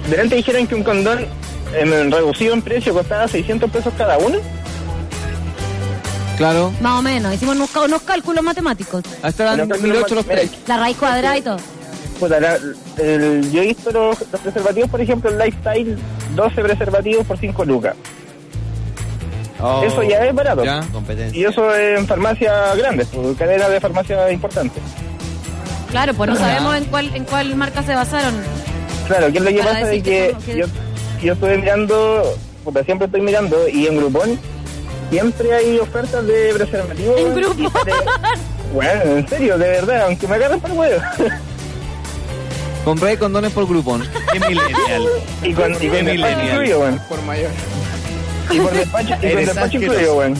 delante dijeron que un condón eh, reducido en precio costaba 600 pesos cada uno.
Claro.
Más o menos, hicimos unos, ca- unos cálculos matemáticos.
Hasta
Pero
en
acá
2008 los
tenemos-
tres.
La raíz cuadrada y todo.
Puta, la- el- yo he visto los, los preservativos, por ejemplo, el Lifestyle, 12 preservativos por 5 lucas. Eso ya es barato.
Ya. [LAUGHS]
Competencia.
Y eso en farmacias grandes, pues, cadenas de farmacia importantes.
Claro, pues no
Ya.
sabemos en cuál, en cuál marca se basaron.
Claro, ¿qué es lo que
Para
pasa?
decir
Es
que
que
somos- que-
yo, yo estuve mirando, puta, siempre estoy mirando, y en Groupon siempre hay ofertas de preservativos. ¿En Groupon? [LAUGHS] Bueno, en serio, de verdad, aunque me agarren por el huevo.
Compré condones por Groupon.
Qué millennial.
[LAUGHS] Y con, y
Qué
con despacho
millennial.
incluido, weón.
Por mayor.
Y con despacho, y con
Eres
despacho
asqueroso.
incluido, weón.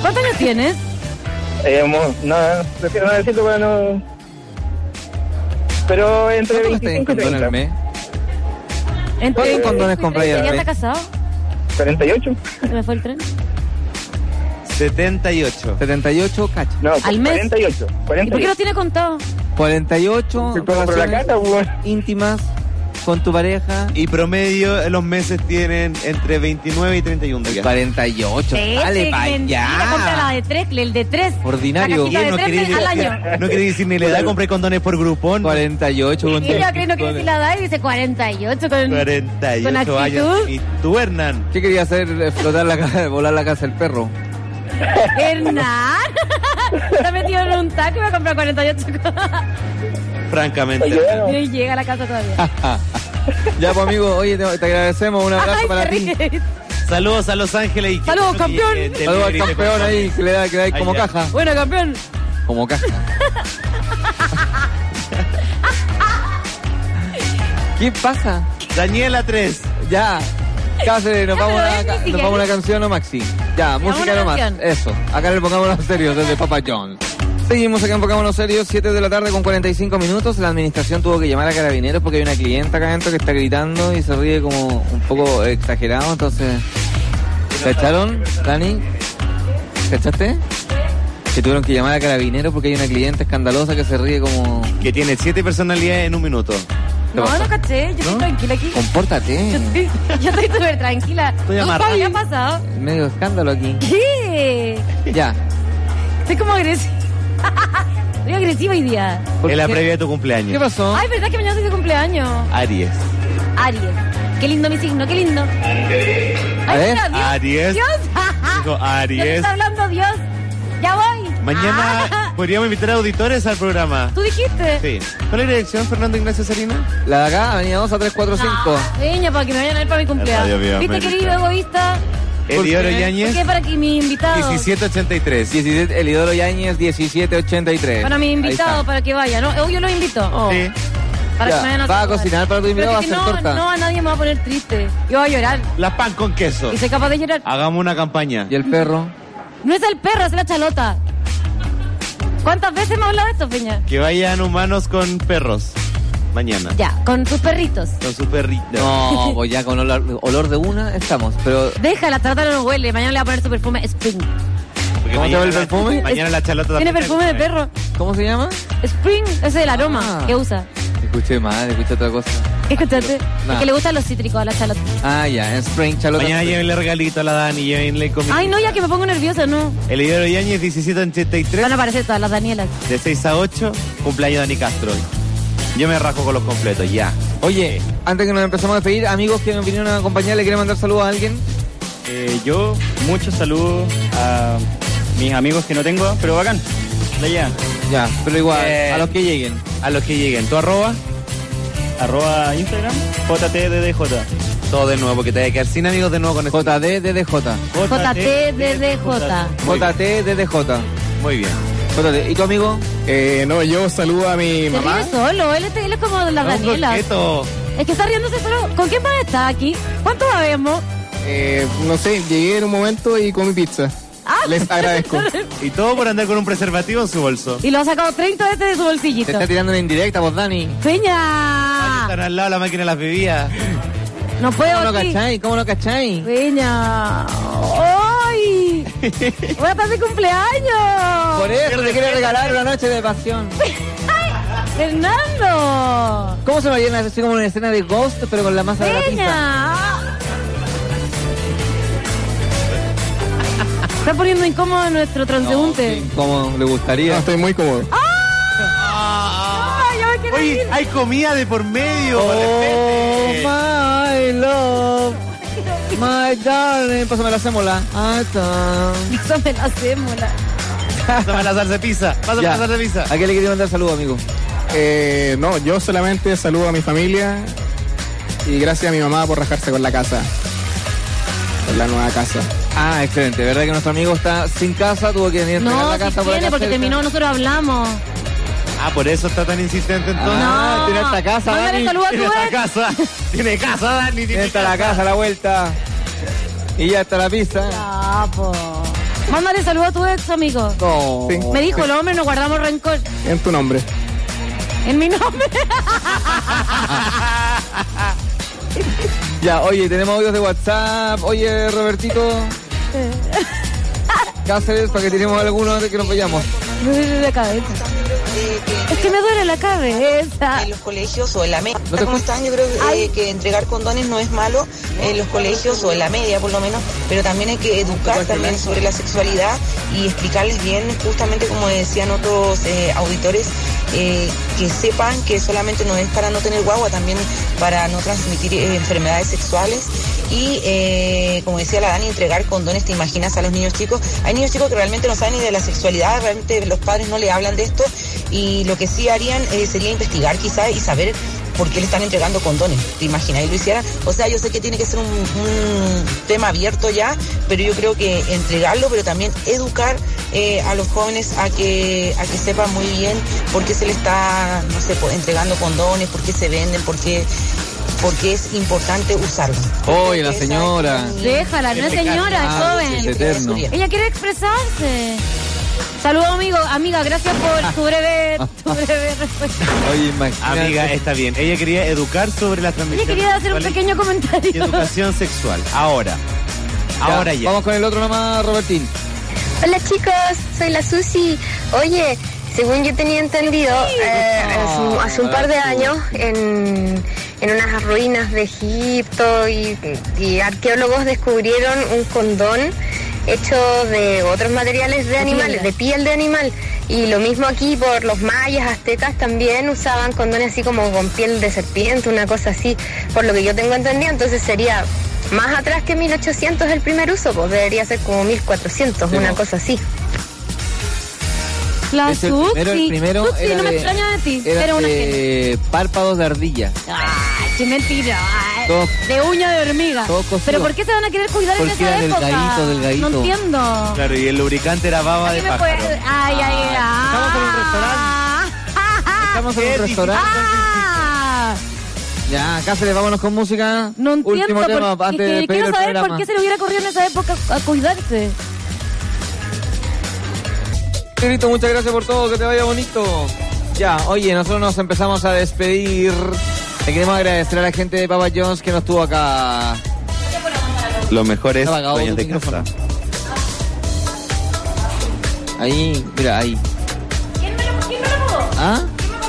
¿Cuántos años tienes?
Eh, mo- no, prefiero no decirlo para no... Pero entre 25 y 30.
¿Cuántos condones compré
¿Ya está
ayer?
casado?
48.
¿Se me fue el tren?
78.
78 cacho.
No,
¿Al mes?
48.
¿Y por qué lo tiene contado?
48 relaciones íntimas con tu pareja.
Y promedio eh, los meses tienen entre 29 y 31 días.
48.
Ese, mentira, compra la de tres, el de tres.
Ordinario. Y
La cajita
no
de tres
quería-
al año.
No quería decir ni la edad, compré condones por grupón.
48
Y yo creo que si la da y dice 48 con... con
48
actitud.
años. ¿Y tú, Hernán?
¿Qué quería hacer? eh, Flotar la casa, [LAUGHS] volar la casa del perro. [LAUGHS]
Hernán, está metido en un taco y va a comprar 48
Francamente.
cosas. Y llega a la casa todavía.
ya, pues, amigo, oye, te, te agradecemos. Ah, Un abrazo
Ay,
para
qué
ti.
rico.
Saludos a Los Ángeles y
Saludos, campeón.
Saludos al campeón ahí, que le da, que da ahí como caja.
Bueno, campeón.
Como caja. [LAUGHS] ¿Qué pasa?
Daniela 3.
Ya. Cáceres, nos,
Ya,
vamos,
pero
a,
es
ca-
musical.
nos vamos a una canción o Maxi. Ya, música
una
nomás.
canción.
Eso. Acá le pongamos los serios desde Papa John. Seguimos acá en Pocámonos Serios, 7 de la tarde con 45 minutos. La administración tuvo que llamar a carabineros porque hay una clienta acá adentro que está gritando y se ríe como un poco exagerado. Entonces, ¿cacharon, Dani? ¿Cachaste? Que tuvieron que llamar a carabineros porque hay una clienta escandalosa que se ríe como...
Que tiene siete personalidades en un minuto.
No, no caché, yo estoy tranquila aquí. Yo
Compórtate.
estoy- yo estoy súper tranquila.
Estoy amarrada.
¿Qué ha pasado?
Medio escándalo aquí.
¿Qué?
Ya.
Estoy como agresiva. [LAUGHS] Estoy agresiva hoy día.
En la previa de tu cumpleaños.
¿Qué pasó?
Ay, ¿verdad que mañana es tu cumpleaños?
Aries.
Aries. Qué lindo mi signo, qué lindo.
A
Ay,
ver.
mira, Dios. [LAUGHS]
Aries.
Dios.
Dijo
¿Qué
Aries.
está hablando Dios? Ya voy. Ah,
Mañana podríamos invitar auditores al programa.
[LAUGHS] ¿Tú dijiste?
Sí. ¿Cuál es la dirección, Fernando Ignacio Sarina?
La de acá, avenida 2 a
Ah.
345.
Niña, para que me vayan a ver para mi cumpleaños.
Radio Vía
¿Viste,
América.
querido egoísta?
Elioro
¿Por
Yáñez.
qué? Para que mi invitado.
1783.
17, Elidoro Yáñez, 1783.
Para mi
Ahí
invitado,
está.
para que vaya, ¿no? Yo lo invito.
Sí.
Para
Ya,
que me vayan a
va a
saludar.
cocinar para tu invitado, va
Pero
a
que
hacer
no,
torta.
No, a nadie me va a poner triste. Yo voy a llorar.
La pan con queso.
Y soy capaz de
Ah.
llorar.
Hagamos una campaña.
¿Y el perro?
No es el perro, es la chalota. ¿Cuántas veces me ha hablado de esto, Peña?
Que vayan humanos con perros. Mañana.
Ya, con tus perritos.
Con su perrito.
[LAUGHS] No, pues ya con olor, olor de una estamos. Pero,
Deja, la chalota no huele. Mañana le va a poner su perfume Spring.
¿Cómo se
Porque
llama el
mañana-
perfume?
[LAUGHS] Mañana la charlota
Tiene perfume de perro.
¿Cómo se llama?
Spring, ese es el aroma
eh. Ah.
que usa.
escuché mal, escuché otra cosa.
¿Qué escuchaste?
Nada.
Es que le gustan los cítricos a la chalota.
Ah, ya, en Spring Charlotte.
Mañana llévenle regalito a la Dani, llévenle comida.
Ay, no, ya que me pongo nerviosa, no.
El Ibero Yáñez, 1783.
Van a aparecer todas las Danielas.
De 6 a 8, cumpleaños de Dani Castro. Yo me rajo con los completos, ya.
Oye, antes que nos empezamos a despedir, amigos que nos vinieron a acompañar, ¿le quieren mandar saludos a alguien?
Eh, yo, muchos saludos a mis amigos que no tengo, pero bacán. La llegan.
Ya, pero igual, a los que lleguen.
A los que lleguen. ¿Tu arroba?
Arroba Instagram, JTDDJ.
Todo de nuevo, porque te voy a quedar sin amigos de nuevo con esto.
JDDJ.
JTDDJ.
JTDDJ.
Muy bien.
JT. ¿Y tu amigo?
Eh, no, yo saludo a mi
Se
mamá.
ríe solo, él, está- él es como las Danielas. Es que está riéndose solo. ¿Con quién más está aquí? ¿Cuánto sabemos?
Eh, no sé, llegué en un momento y comí pizza.
Ah,
Les agradezco.
Y todo por andar con un preservativo en su bolso.
Y lo ha sacado 30 veces de su
Te
bolsillito.
está tirando en indirecta vos, Dani.
Peña.
Están al lado de la máquina de las bebidas.
No puedo.
¿Cómo lo
aquí.
cacháis? ¿Cómo lo cacháis? [LAUGHS]
Peña. ¡Ay! Voy a estar de cumpleaños.
Por eso te quiero regalar una noche de pasión.
Fernando.
¿Cómo se lo llena? Así como una escena de Ghost, pero con la masa de la pizza.
Peña. Está poniendo incómodo a nuestro transeúnte.
Como le gustaría.
No, estoy muy cómodo.
Ay, yo me quiero
Oye,
ir.
hay comida de por medio.
Oh,
respete.
my love. My darling. Pásame la sémola. Ah, está.
Eso me la hacemos. la-
Pásame la salsa de pizza. Pásame
Ya.
la salsa de pizza.
¿A qué le quería mandar saludos, amigo?
Eh, no, yo solamente saludo a mi familia y gracias a mi mamá por rajarse con la casa. Con la nueva casa.
Ah, excelente. ¿Verdad que nuestro amigo está sin casa? Tuvo que venir a entregar
No,
la
sí
casa por
tiene,
acá
porque
cerca.
terminó, nosotros hablamos.
Ah, por eso está tan insistente entonces.
Ah, tiene esta casa,
Mándale
Dani.
saludo a tu
Tiene
ex.
esta
casa. [LAUGHS] Tiene casa, Dani.
Tiene esta la casa, la vuelta. Y ya está la pista.
Ah, po. Mándale saludos a tu ex, amigo.
No.
Sí.
Me dijo el hombre, nos guardamos rencor.
En tu nombre.
En mi nombre. [LAUGHS]
Ya, oye, tenemos audios de WhatsApp. Oye,
[LAUGHS]
Robertito. Cáceres, para que tiremos alguno antes que nos vayamos.
Me duele la cabeza. Es que me duele la cabeza.
en los colegios o en la media.
No te
¿Cómo
escucho.
están? Yo creo que,
Ay.
eh, que entregar condones no es malo en los colegios o en la media, por lo menos, pero también hay que educar también sobre la sexualidad y explicarles bien, justamente como decían otros eh, auditores, eh, que sepan que solamente no es para no tener guagua, también para no transmitir eh, enfermedades sexuales. Y eh, como decía la Dani, entregar condones, te imaginas a los niños chicos. Hay niños chicos que realmente no saben ni de la sexualidad, realmente los padres no le hablan de esto y lo que sí harían eh, sería investigar quizás y saber por qué le están entregando condones. ¿Te imaginas? Y lo hicieran. O sea, yo sé que tiene que ser un, un tema abierto ya, pero yo creo que entregarlo, pero también educar eh, a los jóvenes a que, a que sepan muy bien por qué se le está, no sé, po- entregando condones, por qué se venden, por qué, por qué es importante usarlos.
Oye, la señora.
Déjala, no es señora, es
Ah,
joven.
es eterno.
Ella quiere expresarse. Saludos, amigo. Amiga, gracias
[LAUGHS]
por tu breve, tu breve respuesta.
Oye, imagínate.
Amiga, eh, está bien. Ella quería educar sobre la
Ella
transmisión.
quería hacer un
sexual
pequeño
y
comentario.
Educación sexual. Ahora. Ahora ya.
Vamos con el otro nomás, Robertín.
Hola chicos, soy la Susi. Oye, según yo tenía entendido, eh, hace, un- hace un par de años en, en unas ruinas de Egipto y, y arqueólogos descubrieron un condón hecho de otros materiales de animales, de piel de animal. Y lo mismo aquí por los mayas, aztecas también usaban condones así como con piel de serpiente, una cosa así, por lo que yo tengo entendido. Entonces sería más atrás que 1800 el primer uso, pues debería ser como 1400, una cosa así.
La
Es el primero, el
Susi.
primero
Susi,
era
Ah, no me
de-
extraña de ti.
Era
Era una genia. Ah,
de párpados de ardilla.
Ay, qué mentira. Ay,
Todo-
De uña de hormiga.
todo cocido.
Pero ¿por qué se van a querer cuidar en
Porque
esa
era
época?
delgadito, delgadito.
No entiendo.
Claro, y el lubricante era baba de
¿Qué me
pájaro.
puede- Ay, ay, ay. Estamos en un restaurante.
Estamos en un restaurante.
Ah.
Ya, Cáceres, vámonos con música.
No entiendo
Último tema
por
antes
qué.
de pedir
Quiero
el
saber
programa.
por qué se le hubiera corrido en esa época a cuidarse. [LAUGHS]
Listo, muchas gracias por todo, que te vaya bonito. Ya, oye, nosotros nos empezamos a despedir. Le queremos agradecer a la gente de Papa Jones que nos tuvo acá.
Los mejores
Está apagado
dueños
tu
de casa.
Ahí, mira, ahí.
¿Quién me lo pudo?
¿Ah?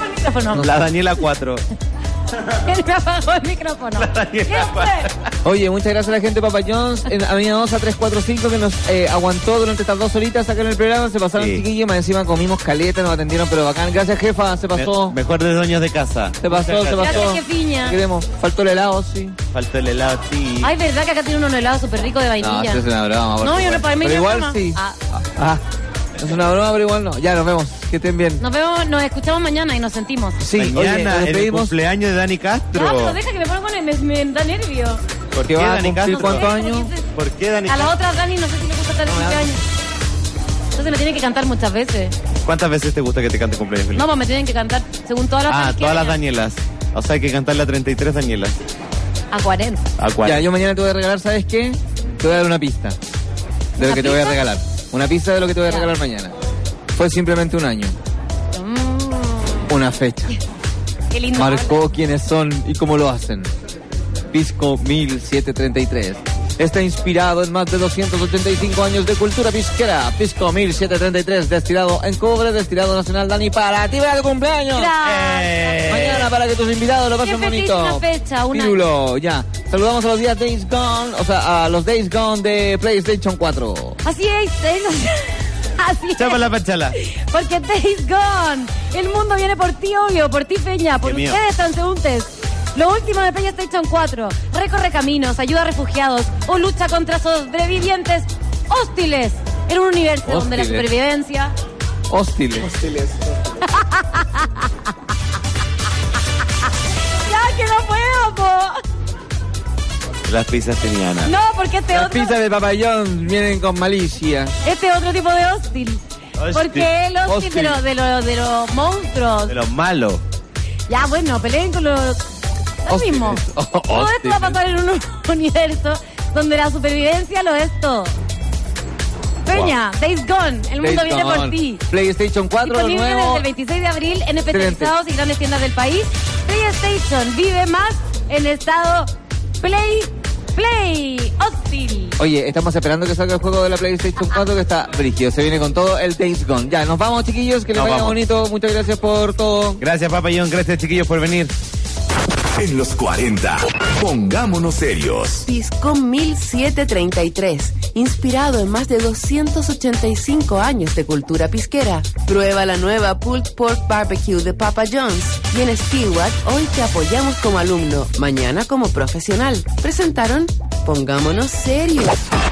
El micrófono.
La Daniela 4.
Él me apagó el micrófono.
Oye, muchas gracias a la gente de Papa Jones en Avenida 2 a 345 que nos eh, aguantó durante estas dos horitas acá en el programa. Se pasaron
Sí.
chiquillos, más encima comimos caleta, nos atendieron, pero bacán. Gracias, jefa, se pasó.
Me- mejor de dueños de casa.
Se pasó, se pasó.
Gracias, jefiña.
Te Queremos. Faltó el helado, sí.
Faltó el helado, sí.
Ay, verdad que acá tiene uno helado súper rico de
No,
vainilla.
esto es una broma. por
No, yo no
supuesto.
para mí
Pero
no es
igual
broma.
sí.
Ah,
Ah, es una broma, pero igual no. Ya, nos vemos. Que estén bien.
Nos vemos, nos escuchamos mañana y nos sentimos.
Sí, oye,
Mañana
nos
en el
despedimos.
cumpleaños de Dani
Ya, pero
Castro.
deja que me pongo con el, me, me da nervio.
¿Por qué
va a
Dani
cumplir
Castro?
cuántos años?
¿Por qué Dani
A la
Castro?
otra Dani no sé si le gusta estar este el cumpleaños. Entonces me tienen que cantar muchas veces.
¿Cuántas veces te gusta que te cante cumpleaños feliz?
No, pues me tienen que cantar según todas las
ah,
Dani que
todas las
hayan.
Danielas. O sea, hay que cantarle a 33 Danielas.
A 40.
¿A cuál?
Ya, yo mañana te voy a regalar, ¿sabes qué? Te voy a dar una pista de lo
¿Una
que te voy a
pista?
regalar. Una pista de lo que te voy a regalar mañana. Fue simplemente un año,
Mm.
una fecha.
Qué lindo.
Marcó quiénes son y cómo lo hacen. Pisco 1733. Está inspirado en más de 285 años de cultura pisquera. Pisco 1733, destilado en cobre, destilado nacional. Dani, para ti, para tu cumpleaños.
Gracias.
Mañana para que tus invitados lo
Qué
pasen
feliz
bonito.
una fecha, un año.
Pirulo, ya. Saludamos a los días Days Gone, o sea, a los Days Gone de PlayStation 4.
Así es, es- [LAUGHS] así es.
Chápala, pachala.
Porque Days Gone. El mundo viene por ti, obvio, por ti, Peña, por
Qué miedo.
ustedes, transeúntes. Lo último de PlayStation 4. Recorre caminos, ayuda a refugiados o lucha contra sobrevivientes hostiles en un universo donde la
Hostiles.
supervivencia
Hostiles.
Hostiles.
¡Ya, que no puedo, po!
Las pizzas tenían.
No, porque este
Las
otro...
pizzas de papayón vienen con malicia.
Este otro tipo de hostil.
Hostil.
Porque el hostil, de
Hostil.
los de lo- de los monstruos.
De los malos.
Ya, bueno, peleen con los... Lo mismo. Todo esto va a pasar en un [LAUGHS] universo donde la supervivencia lo es todo. Peña, Days Gone, el mundo viene por ti.
PlayStation 4
Disponible desde
nuevo.
el 26 de abril en
Excelente.
especializados y grandes tiendas del país. PlayStation vive más en estado Play Play Hostil.
Oye, estamos esperando que salga el juego de la PlayStation 4 que está brígido. Se viene con todo el Days Gone. Ya, nos vamos, chiquillos. Que les
Nos
vaya
vamos.
bonito. Muchas gracias por todo.
Gracias, papayón. Gracias, chiquillos, por venir.
En los 40, pongámonos serios.
Disco 1733, inspirado en más de 285 años de cultura pisquera. Prueba la nueva Pulled Pork Barbecue de Papa John's. Y en Stewart, hoy te apoyamos como alumno, mañana como profesional. Presentaron Pongámonos Serios.